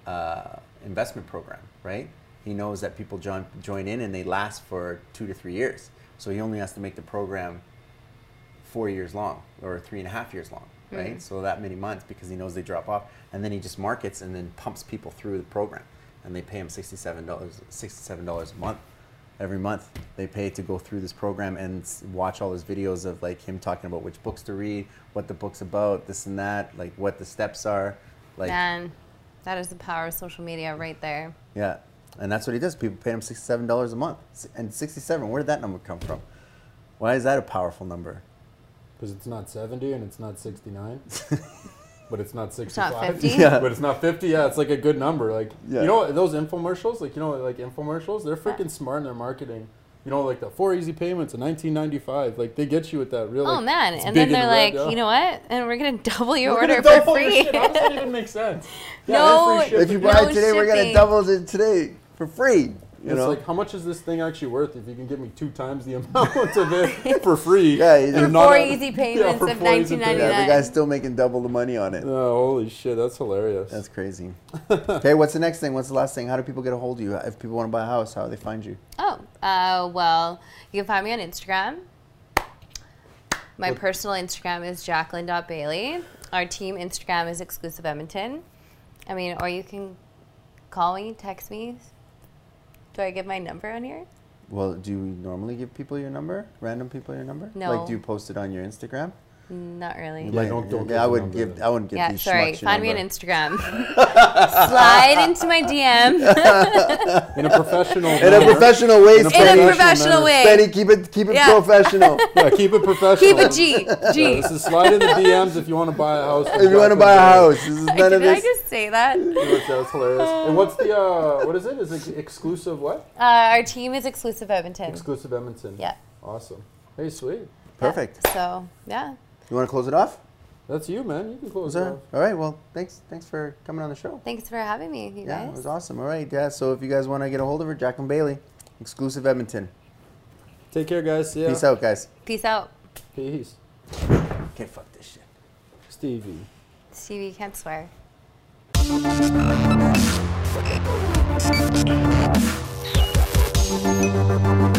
uh, investment program, right? He knows that people join, join in and they last for two to three years. So he only has to make the program four years long or three and a half years long, right? So that many months because he knows they drop off. And then he just markets and then pumps people through the program. And they pay him $67, $67 a month. Every month they pay to go through this program and s- watch all his videos of like him talking about which books to read, what the book's about, this and that, like what the steps are. Like, Man, that is the power of social media right there. yeah, and that's what he does. People pay him sixty-seven dollars a month, S- and sixty-seven. Where did that number come from? Why is that a powerful number? Because it's not 70 and it's not 69. but it's not 65. not 50. Yeah. But it's not 50. Yeah, it's like a good number. Like, Yeah. you know, what, those infomercials, like, you know, like infomercials, they're freaking smart in their marketing. You know, like the four easy payments in 1995. Like, they get you with that real. Oh like, man! it's And then big they're and red, like, yeah. you know what? And we're gonna double your We're gonna order for double your free. shit. How does that even make sense? No, and free If shipping. If you buy No it today, we're gonna shipping. double it today for free. You it's know, like, how much is this thing actually worth if you can give me two times the amount of it for free? Yeah, you and just- For not four a- easy yeah, payments for of four easy payments. yeah, the $99. guy's still making double the money on it. Oh, holy shit, that's hilarious. That's crazy. okay, what's the next thing? What's the last thing? How do people get a hold of you? If people want to buy a house, how do they find you? Oh, uh, well, you can find me on Instagram. My personal Instagram is jacqueline.bailey. Our team Instagram is exclusive Edmonton. I mean, or you can call me, text me. Do I give my number on here? Well, do you normally give people your number? Random people your number? No. Like, do you post it on your Instagram? Not really. Yeah, don't- don't give I the wouldn't number give. then. I wouldn't give. yeah, these sorry. schmucks your Find me number. on Instagram. Slide into my DM In a professional In a manner. professional way, In a in Spenny. a Professional professional manner. Spenny, way. keep it keep it Yeah. professional. Yeah, keep it professional. Keep it G. Yeah, G. this is slide in the DMs if you want to buy a house. if you want to buy a house, this is none of Did I this. just say that? Uh, That's hilarious. And what's the, uh, what is it? Is it exclusive what? our team is exclusive Edmonton. Exclusive Edmonton. Yeah. Awesome. Hey, sweet. Perfect. So, yeah. You want to close it off? That's you, man. You can Was close it that- off. All right. Well, thanks thanks for coming on the show. Thanks for having me, you Yeah, it guys. was awesome. All right. Yeah. So if you guys want to get a hold of her, Jack and Bailey, exclusive Edmonton. Take care, guys. See ya. Peace out, guys. Peace out. Peace. Okay. Fuck this shit. Stevie. Stevie, you can't swear. Bye.